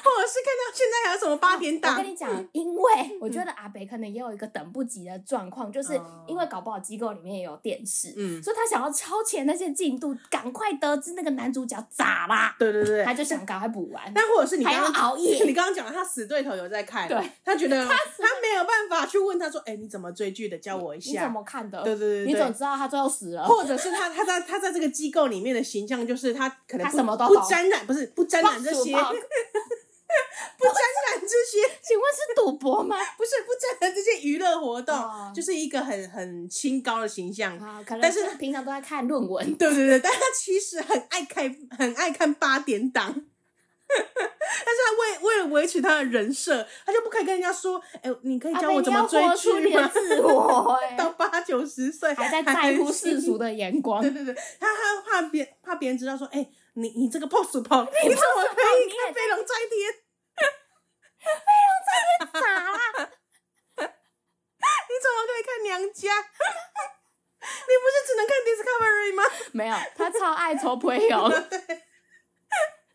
[SPEAKER 1] 或者是看到现在还有什么
[SPEAKER 3] 哦
[SPEAKER 1] 八点档，
[SPEAKER 2] 我跟你讲，因为我觉得阿北可能也有一个等不及的状况，就是
[SPEAKER 1] 哦
[SPEAKER 2] 因为搞不好机构里面也有电视，
[SPEAKER 1] 嗯
[SPEAKER 2] 所以他想要超前那些进度，赶快得知那个男主角咋啦，
[SPEAKER 1] 对对对
[SPEAKER 2] 他，就想赶快补完。
[SPEAKER 1] 但或者是你
[SPEAKER 2] 还要
[SPEAKER 1] 刚刚
[SPEAKER 2] 熬夜
[SPEAKER 1] 你刚刚讲了他死对头有在看，
[SPEAKER 2] 对，
[SPEAKER 1] 他觉得他没有有办法去问他说，哎、你怎么追剧的？教我一
[SPEAKER 3] 你怎
[SPEAKER 1] 下。
[SPEAKER 3] 么看的？
[SPEAKER 1] 对对对
[SPEAKER 3] 你
[SPEAKER 1] 对
[SPEAKER 3] 怎么知道他最后死了？
[SPEAKER 1] 或者是他他在他在这个机构里面的形象，就是他可能
[SPEAKER 3] 他
[SPEAKER 1] 不
[SPEAKER 3] 什么都
[SPEAKER 1] 不
[SPEAKER 3] 懂
[SPEAKER 1] 沾染，不是不沾染这些，不沾
[SPEAKER 3] Box to
[SPEAKER 1] 染
[SPEAKER 3] box
[SPEAKER 1] 这些，
[SPEAKER 3] 请问是赌博吗？
[SPEAKER 1] 不是不沾染这些娱乐活动，
[SPEAKER 3] 哦
[SPEAKER 1] 就是一个很很清高的形象。
[SPEAKER 3] 啊，可能
[SPEAKER 1] 但是
[SPEAKER 3] 平常都在看论文，
[SPEAKER 1] 对对对，但他其实很爱看，很爱看八点档。 但是他为为了维持他的人设，他就不可以跟人家说：“哎、你可以
[SPEAKER 3] 啊
[SPEAKER 1] 教
[SPEAKER 3] 被
[SPEAKER 1] 我
[SPEAKER 3] 你
[SPEAKER 1] 怎
[SPEAKER 3] 要
[SPEAKER 1] 么追
[SPEAKER 3] 活出
[SPEAKER 1] 剧
[SPEAKER 3] 你的
[SPEAKER 1] 吗？”
[SPEAKER 3] 自我、 欸，
[SPEAKER 1] 到八九十岁
[SPEAKER 3] 还在在乎世
[SPEAKER 1] 行
[SPEAKER 3] 俗的眼 光，
[SPEAKER 1] 对对对，他他怕别怕别人知道说：“哎、你你这个 pose 跑，你
[SPEAKER 3] 你
[SPEAKER 1] 怎么
[SPEAKER 3] pose
[SPEAKER 1] 可
[SPEAKER 3] 跑
[SPEAKER 1] 以
[SPEAKER 3] 你也
[SPEAKER 1] 看飞龙在天？
[SPEAKER 3] 咋啦？
[SPEAKER 1] 你怎么可以看娘家？ 你不是只能看 Discovery 吗？”
[SPEAKER 3] 没有，他超爱抽朋友。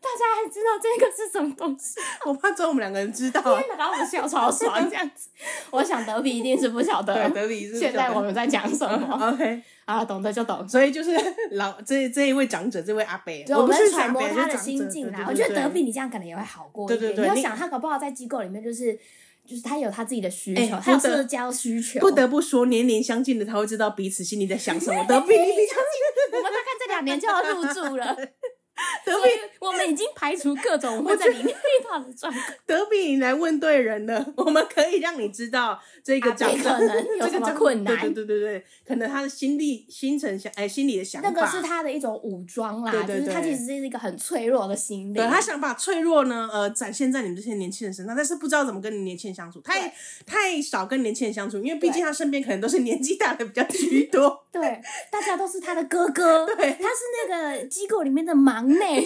[SPEAKER 3] 大家还知道这个是什么东西？
[SPEAKER 1] 我怕只有我们两个人知道。
[SPEAKER 3] 天哪，然后我们笑超爽这样子。我想德比一定是不晓得，
[SPEAKER 1] 对，德比是不是嗯
[SPEAKER 3] 现在我们在讲什么
[SPEAKER 1] OK。
[SPEAKER 3] 啊？懂得就懂。
[SPEAKER 1] 所以就是 老这这一位长者，这位阿北，
[SPEAKER 3] 就
[SPEAKER 1] 我不
[SPEAKER 3] 啊们
[SPEAKER 1] 是
[SPEAKER 3] 揣摩他的心境
[SPEAKER 1] 境
[SPEAKER 3] 啦。我觉得德比你这样可能也会好过一
[SPEAKER 1] 对
[SPEAKER 3] 点。
[SPEAKER 1] 对对
[SPEAKER 3] 你要
[SPEAKER 1] 你
[SPEAKER 3] 想他搞不好在机构里面就是就是他有他自己的需
[SPEAKER 1] 哎
[SPEAKER 3] 求，他有
[SPEAKER 1] 不得
[SPEAKER 3] 社交需求。
[SPEAKER 1] 不得不说，年龄相近的他会知道彼此心里在想什么。德 比，
[SPEAKER 3] 我们大概这两年就要入住了，
[SPEAKER 1] 德
[SPEAKER 3] 所以
[SPEAKER 1] 比，
[SPEAKER 3] 我们已经排除各种我们会在里面遇到的状况。
[SPEAKER 1] 德比，你来问对人了。我们可以让你知道这个长
[SPEAKER 3] 阿北
[SPEAKER 1] 者
[SPEAKER 3] 可能 有
[SPEAKER 1] 这
[SPEAKER 3] 什
[SPEAKER 1] 个
[SPEAKER 3] 么
[SPEAKER 1] 长
[SPEAKER 3] 困难
[SPEAKER 1] 对对对对对，可能他的心力、心程想，哎，心里的想法，
[SPEAKER 3] 那个是他的一种武装啦，
[SPEAKER 1] 对对
[SPEAKER 3] 就是他
[SPEAKER 1] 对
[SPEAKER 3] 其实是一个很脆弱的心灵。
[SPEAKER 1] 对他想把脆弱呢，呃，展现在你们这些年轻人身上，但是不知道怎么跟你年轻人相处，太
[SPEAKER 3] 对
[SPEAKER 1] 太少跟年轻人相处，因为毕
[SPEAKER 3] 对
[SPEAKER 1] 竟他身边可能都是年纪大的比较居多。
[SPEAKER 3] 对，大家都是他的哥哥，
[SPEAKER 1] 对
[SPEAKER 3] 他是那个机构里面的忙内，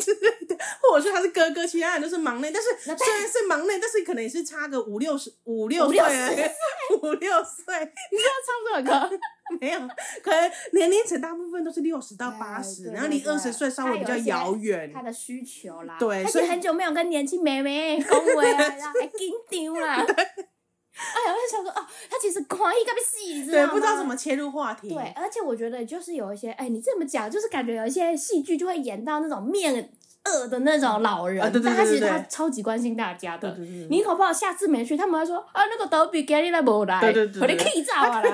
[SPEAKER 1] 或者说他是哥哥，其他人都是忙内，但是
[SPEAKER 3] 那
[SPEAKER 1] 虽然是忙内，但是可能也是差个五六十、五六
[SPEAKER 3] 五
[SPEAKER 1] 岁
[SPEAKER 3] 六
[SPEAKER 1] 而
[SPEAKER 3] 十
[SPEAKER 1] 已、五六岁，
[SPEAKER 3] 你知道唱这首歌，
[SPEAKER 1] 没有，可能年龄层大部分都是六十到八十，
[SPEAKER 3] 对
[SPEAKER 1] 然后离
[SPEAKER 3] 对
[SPEAKER 1] 二
[SPEAKER 3] 对
[SPEAKER 1] 十岁稍微比较遥远
[SPEAKER 3] 他。的需求啦，
[SPEAKER 1] 对
[SPEAKER 3] 他已
[SPEAKER 1] 所以
[SPEAKER 3] 经很久没有跟年轻妹妹恭维啊， 然后还紧张啦，哎呀，我就想说哦，他其实关一个戏，你知道
[SPEAKER 1] 对，
[SPEAKER 3] 吗？
[SPEAKER 1] 不知道怎么。切入话题。
[SPEAKER 3] 对，而且我觉得就是有一些，哎，你这么讲，就是感觉有一些戏剧就会演到那种面恶的那种老人，
[SPEAKER 1] 啊对对
[SPEAKER 3] 但他其
[SPEAKER 1] 对
[SPEAKER 3] 实
[SPEAKER 1] 对
[SPEAKER 3] 他
[SPEAKER 1] 对
[SPEAKER 3] 超级关心大家的。
[SPEAKER 1] 对对对对
[SPEAKER 3] 你搞不好下次没去，他们会说啊，那个德比 g a 来没来，
[SPEAKER 1] 对对对
[SPEAKER 3] 我
[SPEAKER 1] 对
[SPEAKER 3] 的
[SPEAKER 1] 对
[SPEAKER 3] key 炸了啦。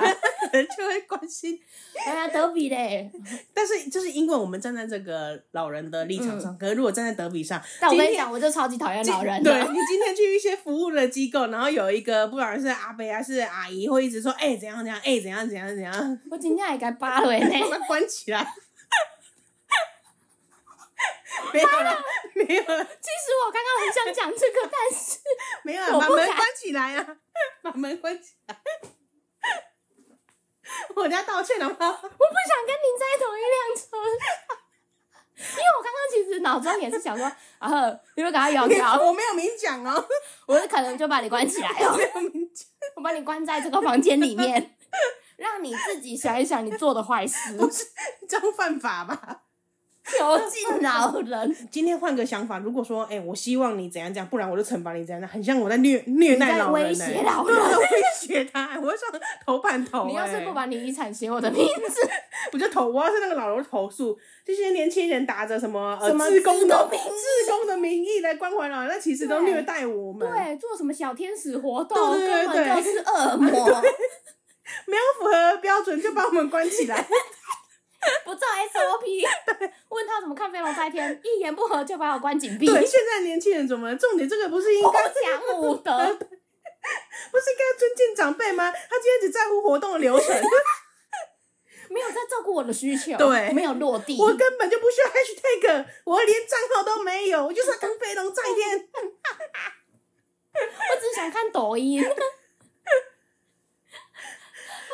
[SPEAKER 1] 对，就会关心。
[SPEAKER 3] 哎呀，德比嘞！
[SPEAKER 1] 但是就是因为我们站在这个老人的立场上，可是如果站在德比上，
[SPEAKER 3] 但我跟
[SPEAKER 1] 今
[SPEAKER 3] 你
[SPEAKER 1] 天
[SPEAKER 3] 讲，我就超级讨厌
[SPEAKER 1] 今
[SPEAKER 3] 嗯老人
[SPEAKER 1] 对
[SPEAKER 3] 的。
[SPEAKER 1] 你今天去一些服务的机构，然后有一个不管是阿伯还是阿姨，会一直说：“哎、怎样怎样，哎、怎样怎样怎样。”
[SPEAKER 3] 我今天也该扒了呢。
[SPEAKER 1] 把它关起 来。没有了，没有了，
[SPEAKER 3] 其实我刚刚很想讲这个，但是
[SPEAKER 1] 没有
[SPEAKER 3] 我
[SPEAKER 1] 了，
[SPEAKER 3] 不
[SPEAKER 1] 把门
[SPEAKER 3] 敢
[SPEAKER 1] 关起来啊！把门关起来。我家道歉了吗？
[SPEAKER 3] 我不想跟您在同一辆车上。因为我刚刚其实脑中也是想说，啊，你们赶快摇条，
[SPEAKER 1] 我没有明讲哦，
[SPEAKER 3] 我可能就把你关起来哦
[SPEAKER 1] 我，没有明讲，
[SPEAKER 3] 我把你关在这个房间里面，让你自己想一想你做的坏事，
[SPEAKER 1] 这样犯法吧？
[SPEAKER 3] 囚禁老人。
[SPEAKER 1] 今天换个想法，如果说，哎、我希望你怎样讲，不然我就惩罚你怎样，很像我在虐虐待老人、欸，
[SPEAKER 3] 你在威胁老人
[SPEAKER 1] 对 我在威胁他，我会上头版头、欸。
[SPEAKER 3] 你要是不把你遗产写我的名字，
[SPEAKER 1] 我就投，我要是那个老人投诉，这些年轻人打着什么呃
[SPEAKER 3] 什么
[SPEAKER 1] 自工
[SPEAKER 3] 自
[SPEAKER 1] 的
[SPEAKER 3] 工
[SPEAKER 1] 自
[SPEAKER 3] 名义
[SPEAKER 1] 工的名义来关怀老人，那其实都
[SPEAKER 3] 对
[SPEAKER 1] 虐待我们，
[SPEAKER 3] 对，做什么小天使活动，
[SPEAKER 1] 对对对
[SPEAKER 3] 根本就是恶魔，
[SPEAKER 1] 没有符合标准就把我们关起 来。
[SPEAKER 3] 不照 SOP。问他怎么看飞龙在天，一言不合就把我关紧闭，
[SPEAKER 1] 对，现在年轻人怎么了？重点这个不是应
[SPEAKER 3] 不
[SPEAKER 1] 该
[SPEAKER 3] 讲武
[SPEAKER 1] 不
[SPEAKER 3] 德。
[SPEAKER 1] 是应该尊敬长辈吗？他今天只在乎活动的流程，
[SPEAKER 3] 没有在照顾我的需求，
[SPEAKER 1] 对
[SPEAKER 3] 没有落地。
[SPEAKER 1] 我根本就不需要 hashtag，我连账号都没有，我就是要跟飞龙在天。
[SPEAKER 3] 我只想看 抖音。哦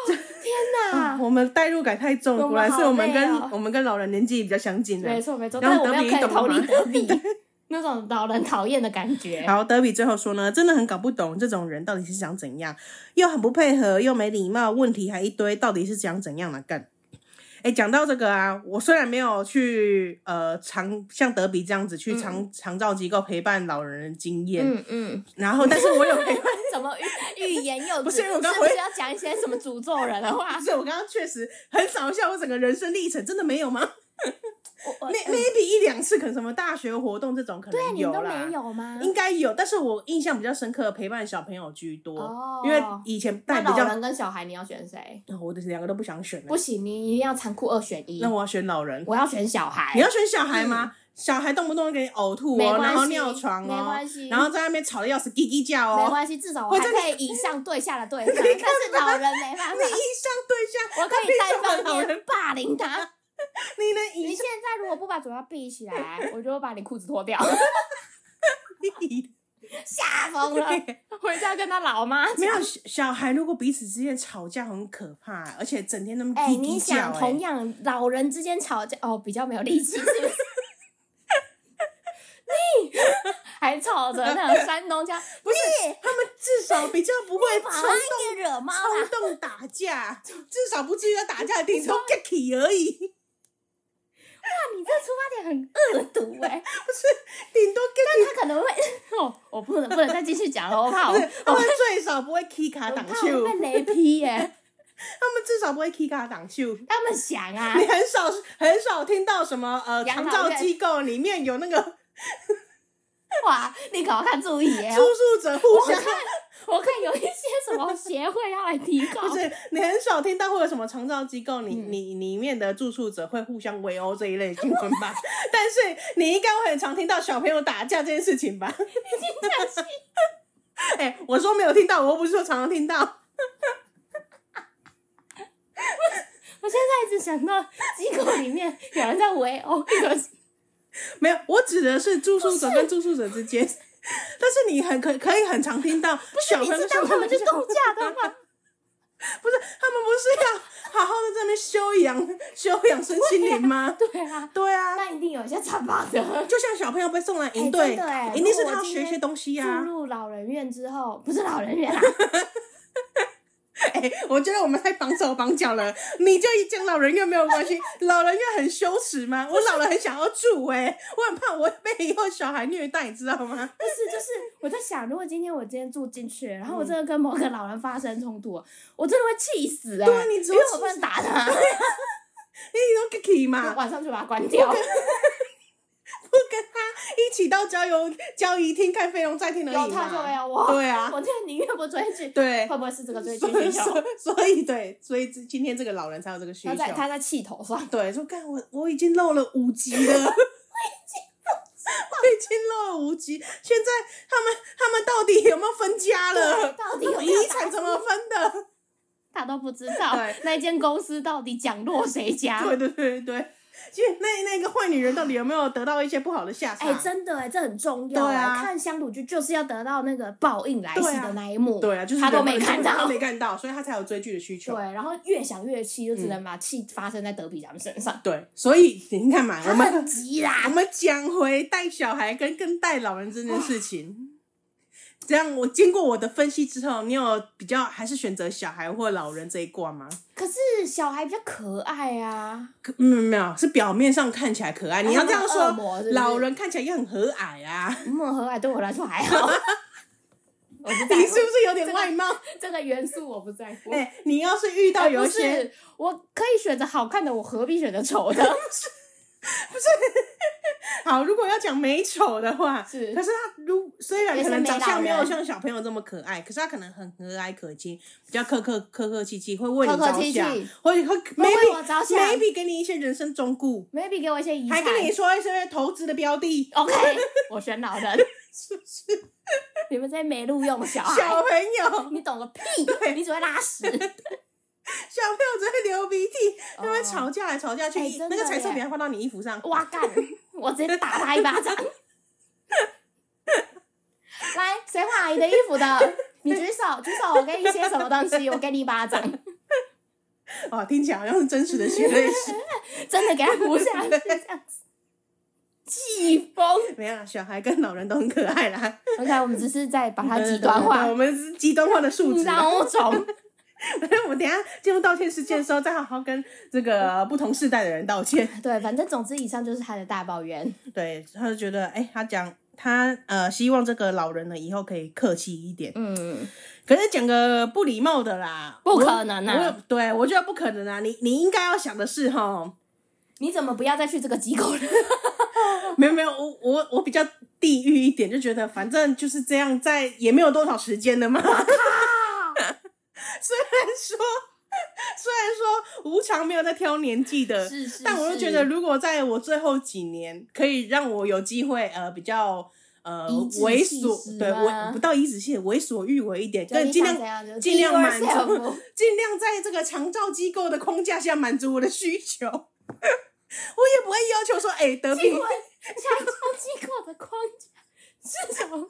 [SPEAKER 3] 天哪！
[SPEAKER 1] 嗯我们代入感太重，
[SPEAKER 3] 哦我们
[SPEAKER 1] 果然是我们
[SPEAKER 3] 好累
[SPEAKER 1] 跟
[SPEAKER 3] 哦
[SPEAKER 1] 我们跟老人年纪比较相近的
[SPEAKER 3] 没。错没错，
[SPEAKER 1] 嗯然
[SPEAKER 3] 但
[SPEAKER 1] 后
[SPEAKER 3] 我们
[SPEAKER 1] 德比
[SPEAKER 3] 要可以
[SPEAKER 1] 懂
[SPEAKER 3] 同
[SPEAKER 1] 吗
[SPEAKER 3] 理德比 那种老人讨厌的感觉。
[SPEAKER 1] 好，德比最后说呢，真的很搞不懂这种人到底是想怎样，又很不配合，又没礼貌，问题还一堆，到底是想怎样来干？哎，讲到这个啊，我虽然没有去呃长像德比这样子去长、长照机构陪伴老人的经验，
[SPEAKER 3] 嗯嗯，
[SPEAKER 1] 然后但是 我有陪伴，
[SPEAKER 3] 怎么欲欲言又止？
[SPEAKER 1] 不是我刚
[SPEAKER 3] 是不是
[SPEAKER 1] 回
[SPEAKER 3] 要讲一些什么诅咒人的 话
[SPEAKER 1] 不？是我刚刚确实很少笑我整个人生历程，真的没有吗？
[SPEAKER 2] 我
[SPEAKER 1] ，may- maybe 一两次，可能什么大学活动这种可
[SPEAKER 3] 对，啊
[SPEAKER 1] 能
[SPEAKER 3] 你
[SPEAKER 1] 有
[SPEAKER 3] 们都
[SPEAKER 1] 啦，
[SPEAKER 3] 没有吗？
[SPEAKER 1] 应该有。但是我印象比较深刻，陪伴小朋友居多，
[SPEAKER 3] 哦
[SPEAKER 1] 因为以前带
[SPEAKER 3] 那
[SPEAKER 1] 比较
[SPEAKER 3] 老，人跟小孩你要选谁？
[SPEAKER 1] 哦我的两个都不想选了
[SPEAKER 3] 不，行，你一定要残酷二选一
[SPEAKER 1] 那。我要选老人。
[SPEAKER 3] 我要选小孩
[SPEAKER 1] 你。要选小孩吗？小孩动不动给你呕吐
[SPEAKER 3] 没
[SPEAKER 1] 哦，
[SPEAKER 3] 关
[SPEAKER 1] 然后
[SPEAKER 3] 系
[SPEAKER 1] 尿床哦，
[SPEAKER 3] 没关系
[SPEAKER 1] 然后在那边吵得要死，叽叽叫
[SPEAKER 3] 没
[SPEAKER 1] 哦。
[SPEAKER 3] 关系，至少我
[SPEAKER 1] 我
[SPEAKER 3] 还
[SPEAKER 1] 真
[SPEAKER 3] 可以以上对下的 对抗，但是老人没办
[SPEAKER 1] 啊你一
[SPEAKER 3] 法，
[SPEAKER 1] 上对下，
[SPEAKER 3] 我可以
[SPEAKER 1] 他凭什
[SPEAKER 3] 单
[SPEAKER 1] 么老
[SPEAKER 3] 方
[SPEAKER 1] 人
[SPEAKER 3] 面霸凌他。
[SPEAKER 1] 你能
[SPEAKER 3] 你
[SPEAKER 1] 一
[SPEAKER 3] 现在如果不把嘴巴闭起来， 我就会把你裤子脱掉，
[SPEAKER 1] 你
[SPEAKER 3] 吓疯了。 回家跟他老妈讲
[SPEAKER 1] 没有小小孩，如果彼此之间吵架很可怕，而且整天那么
[SPEAKER 3] 哎、
[SPEAKER 1] 叽
[SPEAKER 3] 你
[SPEAKER 1] 叽叫、
[SPEAKER 3] 想
[SPEAKER 1] 哎
[SPEAKER 3] 同样老人之间吵架哦，比较没有力气，是 不是？你 还吵着那种山东腔，
[SPEAKER 1] 不是他们至少比较不会
[SPEAKER 2] 把
[SPEAKER 1] 冲
[SPEAKER 2] 他给惹猫了。
[SPEAKER 1] 冲动打架，至少不至于要打架，顶多 g a 而已，
[SPEAKER 3] 你这出发点很恶毒哎、
[SPEAKER 1] 顶多 g
[SPEAKER 3] 他可能会 哦，我不能不能再继续讲了，我怕我
[SPEAKER 1] a 他们最少不会 k 卡
[SPEAKER 3] 我
[SPEAKER 1] 挡
[SPEAKER 3] 怕
[SPEAKER 1] 袖
[SPEAKER 3] 我，被雷劈耶、
[SPEAKER 1] 他们至少不会 k 卡挡袖。
[SPEAKER 3] 他们想啊
[SPEAKER 1] 你，很少很少听到什么呃，
[SPEAKER 3] 养
[SPEAKER 1] 长
[SPEAKER 3] 老
[SPEAKER 1] 照
[SPEAKER 3] 院
[SPEAKER 1] 机构里面有那个
[SPEAKER 3] 哇，你搞看注意耶、
[SPEAKER 1] 出宿者互相，
[SPEAKER 3] 我看有一些什么协会要来提高，
[SPEAKER 1] 不是你很少听到会有什么长照机构里
[SPEAKER 3] 嗯
[SPEAKER 1] 你里面的住宿者会互相围殴这一类新闻吧？ 但是你应该会很常听到小朋友打架这件事情吧？ 哎、我说没有听到，我又不是说常常听到。
[SPEAKER 3] 我现在一直想到机构里面有人在围 殴，有人
[SPEAKER 1] 没有，我指的是住宿者跟住宿者之 间。但是你很可可以很常听到小朋
[SPEAKER 3] 你
[SPEAKER 1] 友跟
[SPEAKER 3] 知
[SPEAKER 1] 小
[SPEAKER 3] 道
[SPEAKER 1] 朋
[SPEAKER 3] 他
[SPEAKER 1] 友
[SPEAKER 3] 们去度假的吗？
[SPEAKER 1] 不是他们不是要好好的在那边修养 修养身心灵吗？
[SPEAKER 3] 对啊，
[SPEAKER 1] 对啊，
[SPEAKER 3] 那一定有一些残暴的。
[SPEAKER 1] 就像小朋友被送来营队
[SPEAKER 3] 哎真的哎，
[SPEAKER 1] 一定是他
[SPEAKER 3] 如果
[SPEAKER 1] 要
[SPEAKER 3] 我今
[SPEAKER 1] 学一些
[SPEAKER 3] 天
[SPEAKER 1] 东西
[SPEAKER 3] 住
[SPEAKER 1] 啊。
[SPEAKER 3] 入老人院之后，不是老人 院啊，
[SPEAKER 1] 哎，我觉得我们太绑手绑脚了。你就一讲老人院没有关系，老人院很羞耻吗？我老了很想要住哎，我很怕我被以后小孩虐待，你知道 吗？
[SPEAKER 3] 不是，就是我在想，如果今天我今天住进去，然后我真的跟某个老人发生冲突，我真的会气死哎、
[SPEAKER 1] 对啊你只会
[SPEAKER 3] 因为我不能打 他，
[SPEAKER 1] 你都 Kiki 嘛
[SPEAKER 3] 我，晚上就把他关掉。
[SPEAKER 1] 不跟他一起到郊游交谊厅看飞龙在天而
[SPEAKER 3] 有
[SPEAKER 1] 已
[SPEAKER 3] 他就没
[SPEAKER 1] 嘛。
[SPEAKER 3] 有我，
[SPEAKER 1] 对啊
[SPEAKER 3] 我就宁愿不追剧。
[SPEAKER 1] 对
[SPEAKER 3] 会，不会是这个 追剧
[SPEAKER 1] 所
[SPEAKER 3] 需
[SPEAKER 1] 以
[SPEAKER 3] 求？
[SPEAKER 1] 所以所以对，所以今天这个老人才有这个需
[SPEAKER 3] 他
[SPEAKER 1] 求。
[SPEAKER 3] 在他在气头上，
[SPEAKER 1] 对，说干我我已经漏了五集 了，我已 经我已经漏了五集，现在他们他们到底有没有分家了？
[SPEAKER 3] 到底有没有
[SPEAKER 1] 遗产怎么分的？
[SPEAKER 3] 他都不知道
[SPEAKER 1] 对
[SPEAKER 3] 那间公司到底奖落谁家？
[SPEAKER 1] 对对对对，因为那那个坏女人到底有没有得到一些不好的下场？
[SPEAKER 3] 哎、真的哎、这很重要
[SPEAKER 1] 对
[SPEAKER 3] 哎、
[SPEAKER 1] 啊
[SPEAKER 3] 看乡土剧就是要得到那个报应来
[SPEAKER 1] 对
[SPEAKER 3] 袭
[SPEAKER 1] 啊
[SPEAKER 3] 的那一幕。
[SPEAKER 1] 对啊，就是
[SPEAKER 3] 他都
[SPEAKER 1] 人们
[SPEAKER 3] 没看
[SPEAKER 1] 他
[SPEAKER 3] 到。
[SPEAKER 1] 没看到，所以他才有追剧的需求
[SPEAKER 3] 对。，然后越想越气，就
[SPEAKER 1] 嗯
[SPEAKER 3] 只能把气发生在德比他们身上。
[SPEAKER 1] 对，所以你看嘛，我
[SPEAKER 3] 他
[SPEAKER 1] 们
[SPEAKER 3] 很急啦
[SPEAKER 1] 我，们讲回带小孩跟跟带老人这件事情。这样，我经过我的分析之后，你有比较还是选择小孩或老人这一卦吗？
[SPEAKER 3] 可是小孩比较可爱 啊。
[SPEAKER 1] 可嗯，没有，是表面上看起来可爱。你要这样
[SPEAKER 3] 他们很恶
[SPEAKER 1] 说，
[SPEAKER 3] 魔是不是
[SPEAKER 1] 老人看起来也很和蔼啊。
[SPEAKER 3] 那么和蔼对我来说还好，我不在
[SPEAKER 1] 你是
[SPEAKER 3] 乎
[SPEAKER 1] 不是有点外貌？
[SPEAKER 3] 这个元素我不在乎。
[SPEAKER 1] 哎、你要是遇到有一
[SPEAKER 3] 不
[SPEAKER 1] 些，
[SPEAKER 3] 是，我可以选择好看的，我何必选择 丑的？
[SPEAKER 1] 好，如果要讲美丑的话，
[SPEAKER 3] 是
[SPEAKER 1] 可是他如虽然
[SPEAKER 3] 也
[SPEAKER 1] 可
[SPEAKER 3] 是
[SPEAKER 1] 能
[SPEAKER 3] 美
[SPEAKER 1] 长
[SPEAKER 3] 老
[SPEAKER 1] 相没有
[SPEAKER 3] 人
[SPEAKER 1] 像小朋友这么可爱，可是他可能很和蔼可亲，比较客客客客气气，会为你
[SPEAKER 3] 客客
[SPEAKER 1] 着
[SPEAKER 3] 气
[SPEAKER 1] 想
[SPEAKER 3] 气，
[SPEAKER 1] 会会
[SPEAKER 3] 为我
[SPEAKER 1] maybe
[SPEAKER 3] 着想
[SPEAKER 1] maybe 给你一些人生忠告，
[SPEAKER 3] maybe 给我一些遗
[SPEAKER 1] 还
[SPEAKER 3] 产。
[SPEAKER 1] 跟你说一些投资的标 的。
[SPEAKER 3] OK，我选老人， 你们这些没录用的小孩，
[SPEAKER 1] 小朋友，
[SPEAKER 3] 你懂个屁
[SPEAKER 1] 对！
[SPEAKER 3] 你只会拉 屎。
[SPEAKER 1] 小朋友只会流鼻涕，他
[SPEAKER 3] 哦
[SPEAKER 1] 们吵架来吵架去
[SPEAKER 3] 哎，真
[SPEAKER 1] 那
[SPEAKER 3] 的
[SPEAKER 1] 个彩色
[SPEAKER 3] 耶
[SPEAKER 1] 笔还画到你衣服上。
[SPEAKER 3] 哇干！我直接打他一巴掌。 来，谁画阿姨的衣服的？ 你举手，举手，我给你一些什么东西，我给你一巴 掌，
[SPEAKER 1] 哦，听起来好像是真实的血泪 史。
[SPEAKER 3] 真的给他扶下去，这样子。气疯
[SPEAKER 1] 没有啦，小孩跟老人都很可爱啦。
[SPEAKER 3] ！OK，我们只是在把它极
[SPEAKER 1] 对
[SPEAKER 3] 端
[SPEAKER 1] 对
[SPEAKER 3] 化
[SPEAKER 1] 对，我们是极端化的数值啦。
[SPEAKER 3] 孬种。
[SPEAKER 1] 我们等一下进入道歉事件的时候，再好好跟这个
[SPEAKER 3] 嗯
[SPEAKER 1] 不同世代的人道歉。
[SPEAKER 3] 对，反正总之以上就是他的大抱怨。
[SPEAKER 1] 对，他就觉得，哎、他讲他呃，希望这个老人呢以后可以客气一点。
[SPEAKER 3] 嗯，
[SPEAKER 1] 可是讲个不礼貌的啦，
[SPEAKER 3] 不可能啊
[SPEAKER 1] 我有对我觉得不可能啊！你你应该要想的是哈，
[SPEAKER 3] 你怎么不要再去这个机构了？
[SPEAKER 1] 没有没有，我我我比较地狱一点，就觉得反正就是这样，在也没有多少时间了嘛。虽 然说虽然说无常没有在挑年纪的，
[SPEAKER 3] 是是
[SPEAKER 1] 但我又觉得如果在我最后几年可以让我有机会呃比较。呃，
[SPEAKER 3] 颐指
[SPEAKER 1] 为
[SPEAKER 3] 气
[SPEAKER 1] 所
[SPEAKER 3] 使
[SPEAKER 1] 对
[SPEAKER 3] 吗
[SPEAKER 1] 为不到一直线，为所欲为一点，
[SPEAKER 3] 就
[SPEAKER 1] 更
[SPEAKER 3] 你
[SPEAKER 1] 尽
[SPEAKER 3] 想怎样
[SPEAKER 1] 量
[SPEAKER 3] 就
[SPEAKER 1] 尽量
[SPEAKER 3] be
[SPEAKER 1] 满足
[SPEAKER 3] yourself，
[SPEAKER 1] 尽量在这个长照机构的框架下满足我的需求。 我也不会要求说，哎、得
[SPEAKER 3] 请
[SPEAKER 1] 病
[SPEAKER 3] 问家教机构的框架是什么？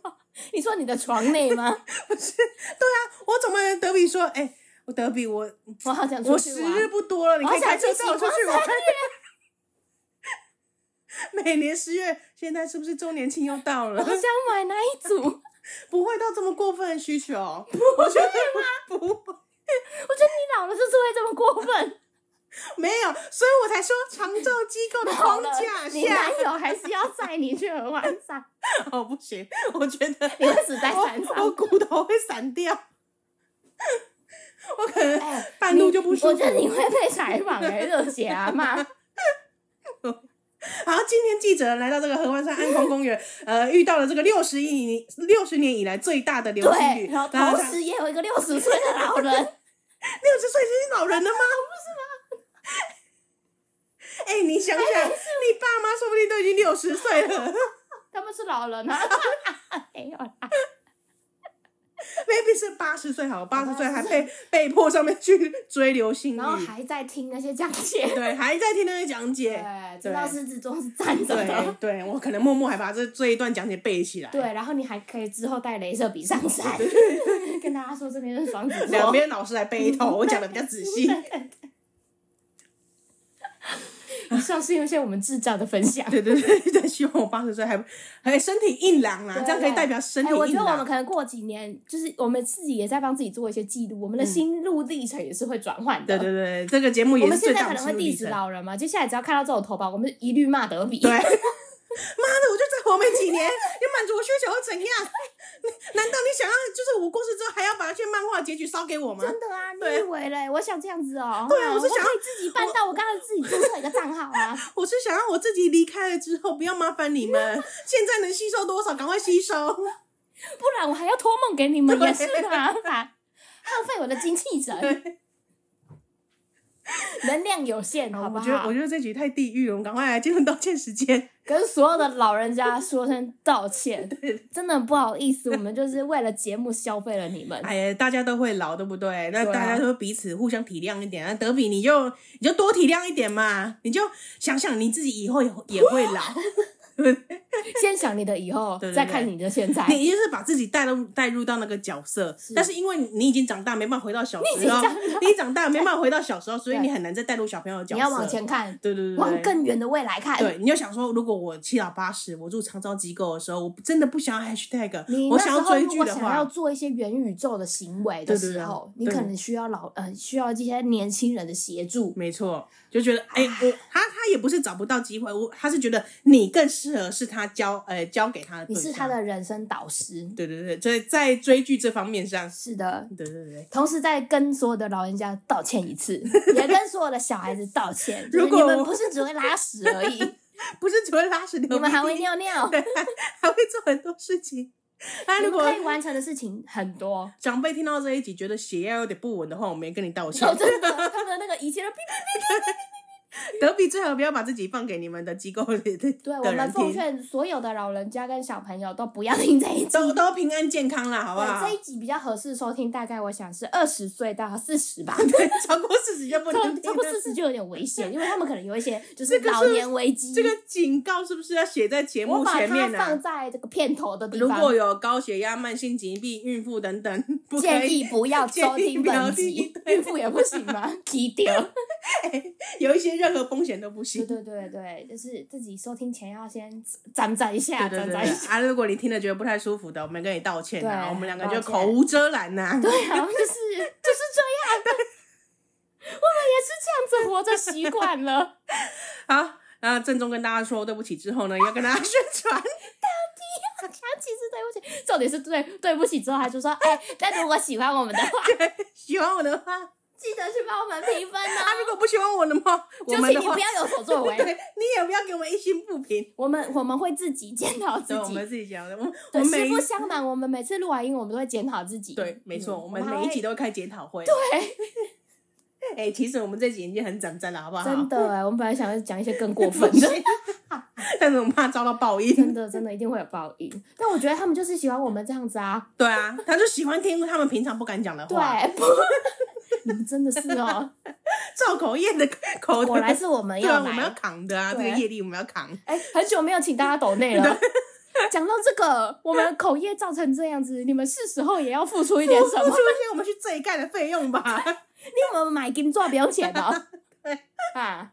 [SPEAKER 3] 你说你的床内吗？
[SPEAKER 1] 我怎么能德比说，哎、我德比，我
[SPEAKER 3] 我好想出
[SPEAKER 1] 我
[SPEAKER 3] 去
[SPEAKER 1] 时
[SPEAKER 3] 玩。
[SPEAKER 1] 日不多了，你可以
[SPEAKER 3] 好想
[SPEAKER 1] 开
[SPEAKER 3] 去
[SPEAKER 1] 车带我
[SPEAKER 3] 喜
[SPEAKER 1] 出
[SPEAKER 3] 欢
[SPEAKER 1] 去玩。 每年十月，现在是不是周年庆又到了
[SPEAKER 3] 我？想买哪一 组？我觉
[SPEAKER 1] 不会到这么过分的需求，我觉得 不会，
[SPEAKER 3] 得你老了就是会这么过分。
[SPEAKER 1] 没有，所以我才说长照机构的
[SPEAKER 3] 好
[SPEAKER 1] 框
[SPEAKER 3] 了
[SPEAKER 1] 架，
[SPEAKER 3] 你男
[SPEAKER 1] 下，
[SPEAKER 3] 友还是要载你去合欢山，
[SPEAKER 1] 哦不行，我觉得
[SPEAKER 3] 你会死在山
[SPEAKER 1] 我我
[SPEAKER 3] 上。
[SPEAKER 1] 骨头会散掉，我可能
[SPEAKER 3] 哎，
[SPEAKER 1] 半路就不
[SPEAKER 3] 你
[SPEAKER 1] 舒服。
[SPEAKER 3] 我觉得你会被采访哎，热血阿 妈。
[SPEAKER 1] 好，今天记者来到这个合欢山安光公园，呃，遇到了这个六十亿六十年以来最大的流行
[SPEAKER 3] 对，
[SPEAKER 1] 雨，
[SPEAKER 3] 然后
[SPEAKER 1] 后
[SPEAKER 3] 同
[SPEAKER 1] 他
[SPEAKER 3] 时也有一个六十岁的老人，
[SPEAKER 1] 六十岁已经是老人了吗？ 不是吗？哎、你想想，你爸妈说不定都已经六十岁了，
[SPEAKER 3] 他们是老人啊。
[SPEAKER 1] 嗯
[SPEAKER 3] 没有啦，
[SPEAKER 1] ，maybe 是八十岁好，八十岁还被被迫上面去追流星雨
[SPEAKER 3] 然，后还在听那些 讲解。
[SPEAKER 1] 对，还在听那些讲解，
[SPEAKER 3] 对，知道狮子座是站着
[SPEAKER 1] 对
[SPEAKER 3] 的。
[SPEAKER 1] 对，我可能默默还把这这一段讲解背起来，
[SPEAKER 3] 对，然后你还可以之后带镭射笔上 山，跟大家说这边是双子座。
[SPEAKER 1] 两边老师来背一头， 我讲的比较仔细。
[SPEAKER 3] 以上是一些我们智障的分享。
[SPEAKER 1] 对对对对，希望我八十岁还还身体硬朗啦，啊
[SPEAKER 3] 对
[SPEAKER 1] 这样可以代表身体
[SPEAKER 3] 哎，我
[SPEAKER 1] 硬
[SPEAKER 3] 觉得我们
[SPEAKER 1] 朗。
[SPEAKER 3] 可能过几年，就是我们自己也在帮自己做一些记录，我们的心路历程也是会转换的。
[SPEAKER 1] 嗯对对对，这个节目
[SPEAKER 3] 我
[SPEAKER 1] 也
[SPEAKER 3] 们
[SPEAKER 1] 是最
[SPEAKER 3] 现在
[SPEAKER 1] 大
[SPEAKER 3] 可
[SPEAKER 1] 的
[SPEAKER 3] 能会
[SPEAKER 1] 心路
[SPEAKER 3] diss
[SPEAKER 1] 历程。
[SPEAKER 3] 老人嘛，接下来只要看到这种投保，我们一律骂德比。
[SPEAKER 1] 对，妈的，我就再活没几年，你满足我需求又怎样？你难道你想要就是我过世之后还要把它去漫画结局烧给我吗？
[SPEAKER 3] 真的啊，你
[SPEAKER 1] 对
[SPEAKER 3] 以为嘞？我想这样子哦。
[SPEAKER 1] 对啊
[SPEAKER 3] 啊，
[SPEAKER 1] 我是想要
[SPEAKER 3] 可以自己办到，我刚才自己注册一个账号啊。
[SPEAKER 1] 我是想让我自己离开了之后不要麻烦你们，现在能吸收多少赶快吸收。
[SPEAKER 3] 不然我还要托梦给你们，
[SPEAKER 1] 对
[SPEAKER 3] 也是麻 烦，浪费我的精气神，
[SPEAKER 1] 对，
[SPEAKER 3] 能量有限，好不
[SPEAKER 1] 我觉得
[SPEAKER 3] 好
[SPEAKER 1] 我？觉得这局太地狱了，我们赶快来进入道歉时间。
[SPEAKER 3] 跟所有的老人家说声道歉，真的不好意思，我们就是为了节目消费了你们。
[SPEAKER 1] 哎呀，大家都会老，对不对？那
[SPEAKER 3] 对啊
[SPEAKER 1] 大家都彼此互相体谅一点。那德比，你就你就多体谅一点嘛，你就想想你自己以后也也会老，
[SPEAKER 3] 先想你的以后
[SPEAKER 1] 对，对
[SPEAKER 3] 再看你的现在。
[SPEAKER 1] 你就是把自己带入带入到那个角色。但是因为你已经长大，没办法回到小
[SPEAKER 3] 你已经
[SPEAKER 1] 时
[SPEAKER 3] 长
[SPEAKER 1] 候
[SPEAKER 3] 大，
[SPEAKER 1] 你长大没办法回到小时候，所以
[SPEAKER 3] 对
[SPEAKER 1] 你很难再带入小朋友的角色。
[SPEAKER 3] 你要往，前看，
[SPEAKER 1] 对对对
[SPEAKER 3] 往
[SPEAKER 1] 对对。
[SPEAKER 3] 更远的未来看。
[SPEAKER 1] 对，你就想说，如果我七老八十，我住长照机构的时候，我真的不想要 hashtag，
[SPEAKER 3] 你
[SPEAKER 1] 我
[SPEAKER 3] 那时
[SPEAKER 1] 想
[SPEAKER 3] 候
[SPEAKER 1] 要追
[SPEAKER 3] 如
[SPEAKER 1] 剧
[SPEAKER 3] 果
[SPEAKER 1] 的
[SPEAKER 3] 想要
[SPEAKER 1] 话，
[SPEAKER 3] 做一些元宇宙的行为的
[SPEAKER 1] 对对
[SPEAKER 3] 时
[SPEAKER 1] 对
[SPEAKER 3] 候，
[SPEAKER 1] 对
[SPEAKER 3] 你可能需要老呃需要这些年轻人的协助。
[SPEAKER 1] 没错，就觉得哎、我他他也不是找不到机会，我他是觉得你更适合是他教呃教给他的
[SPEAKER 3] 你
[SPEAKER 1] 对
[SPEAKER 3] 是
[SPEAKER 1] 象，
[SPEAKER 3] 他的人生导师，
[SPEAKER 1] 对对对，在在追剧这方面上，
[SPEAKER 3] 是的。
[SPEAKER 1] 对对对。
[SPEAKER 3] 同时再跟所有的老人家道歉一次，也跟所有的小孩子道歉。就是
[SPEAKER 1] 如果
[SPEAKER 3] 你们
[SPEAKER 1] 我
[SPEAKER 3] 不是只会拉屎而已，
[SPEAKER 1] 不是只会拉屎流
[SPEAKER 3] 你们还会
[SPEAKER 1] 鼻涕
[SPEAKER 3] 尿尿，
[SPEAKER 1] 对，还还会做很多事情。那
[SPEAKER 3] 你
[SPEAKER 1] 如
[SPEAKER 3] 们
[SPEAKER 1] 果
[SPEAKER 3] 可以完成的事情很多。
[SPEAKER 1] 长辈听到这一集觉得血压有点不稳的话，我们也跟你道歉
[SPEAKER 3] 哦，。真的，他们的那个一切都哔哔
[SPEAKER 1] 德比最好不要把自己放给你们的机构里的
[SPEAKER 3] 对，我
[SPEAKER 1] 的
[SPEAKER 3] 们
[SPEAKER 1] 人
[SPEAKER 3] 奉
[SPEAKER 1] 听，
[SPEAKER 3] 劝所有的老人家跟小朋友都不要听这一集。
[SPEAKER 1] 都都平安健康啦，好不
[SPEAKER 3] 对，
[SPEAKER 1] 好
[SPEAKER 3] 这？一集比较合适收听，大概我想是二十岁到四 十吧。
[SPEAKER 1] 对，超过四十就不
[SPEAKER 3] 超
[SPEAKER 1] 能听。
[SPEAKER 3] 超过四十就有点危险，因为他们可能有 一些就是
[SPEAKER 1] 这个是
[SPEAKER 3] 老年危机。
[SPEAKER 1] 这个警告是不是要写在节
[SPEAKER 3] 我
[SPEAKER 1] 目
[SPEAKER 3] 把
[SPEAKER 1] 前
[SPEAKER 3] 它
[SPEAKER 1] 面呢、
[SPEAKER 3] 放在这个片头的地
[SPEAKER 1] 如
[SPEAKER 3] 方，
[SPEAKER 1] 果有高血压、慢性疾病、孕妇等等，不可
[SPEAKER 3] 建
[SPEAKER 1] 以
[SPEAKER 3] 议不要收听本
[SPEAKER 1] 建
[SPEAKER 3] 集
[SPEAKER 1] 议，
[SPEAKER 3] 孕妇也不行 吗？低调。
[SPEAKER 1] 有一些任何风险都不行
[SPEAKER 3] 对。对对对，就是自己收听前要先攒攒一下，
[SPEAKER 1] 对对
[SPEAKER 3] 攒
[SPEAKER 1] 对
[SPEAKER 3] 攒一下。
[SPEAKER 1] 对啊！如果你听了觉得不太舒服的，我们跟你道歉啊，
[SPEAKER 3] 对
[SPEAKER 1] 我们两个
[SPEAKER 3] 抱
[SPEAKER 1] 就
[SPEAKER 3] 歉
[SPEAKER 1] 口无遮拦呐、
[SPEAKER 3] 对啊，就是就是这样的。我们也是这样子活着习惯了。
[SPEAKER 1] 好，那郑重跟大家说对不起之后呢，要跟大家 宣传，
[SPEAKER 3] 想起是对不起，重点是对对不起之后还就说，哎，但如果喜欢我们的话，
[SPEAKER 1] 喜欢我的话，啊
[SPEAKER 3] 记得去帮我们评分哦。
[SPEAKER 1] 如果不喜欢我的话， 我
[SPEAKER 3] 就
[SPEAKER 1] 们
[SPEAKER 3] 请
[SPEAKER 1] 的
[SPEAKER 3] 你
[SPEAKER 1] 话
[SPEAKER 3] 不，要有所作为，
[SPEAKER 1] 对你也不要给我们一心不平。
[SPEAKER 3] 我们我们会自己检讨自
[SPEAKER 1] 对，我
[SPEAKER 3] 己。
[SPEAKER 1] 们自己讲的，我们我
[SPEAKER 3] 对，
[SPEAKER 1] 们每
[SPEAKER 3] 实
[SPEAKER 1] 一
[SPEAKER 3] 不相瞒，我们每次录完音，我们都会检讨自己。
[SPEAKER 1] 对，没错，
[SPEAKER 3] 嗯
[SPEAKER 1] 我们
[SPEAKER 3] 还
[SPEAKER 1] 每一集都会开检讨会。对， 哎，其实我们这集已经很攒赞了，好不好？
[SPEAKER 3] 真的哎，我们本来想要讲一些更过分的，
[SPEAKER 1] 但是我们怕遭到报应。
[SPEAKER 3] 真的真的一定会有报应。但我觉得他们就是喜欢我们这样子啊，
[SPEAKER 1] 对啊，他就喜欢听他们平常不敢讲的
[SPEAKER 3] 对
[SPEAKER 1] 话，，
[SPEAKER 3] 你们真的是 哦，
[SPEAKER 1] 造口业 的口
[SPEAKER 4] 果然是我们
[SPEAKER 1] 对啊，
[SPEAKER 4] 要
[SPEAKER 1] 我们要
[SPEAKER 4] 来。
[SPEAKER 1] 扛的啊，这
[SPEAKER 3] 对
[SPEAKER 1] 个业力我们要扛。
[SPEAKER 3] 哎，很久没有请大家抖内了。讲到这个，我们口业造成这样子，你们是时候也要付出一点 什
[SPEAKER 1] 付
[SPEAKER 3] 么
[SPEAKER 1] 出？一些我们去这一盖的费用吧。
[SPEAKER 3] 你们买金纸不用钱哦
[SPEAKER 1] 对。
[SPEAKER 3] 啊，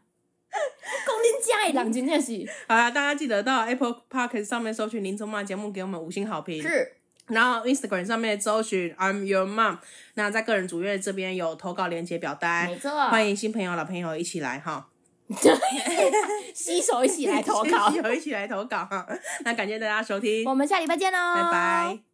[SPEAKER 3] 讲恁家的人真的是
[SPEAKER 1] 好啦，大家记得到 Apple Podcast 上面搜寻“林中妈”节目，给我们五星好评。
[SPEAKER 3] 是
[SPEAKER 1] 然后 Instagram 上面搜寻 I'm Your Mom。那在个人主页这边有投稿链接表单，
[SPEAKER 3] 没错，
[SPEAKER 1] 欢迎新朋友、老朋友一起来哈，
[SPEAKER 3] 洗 手一起来投稿
[SPEAKER 1] 新。朋友一起来投稿哈。那感谢大家收听，
[SPEAKER 3] 我们下礼拜见喽，哦
[SPEAKER 1] 拜拜。。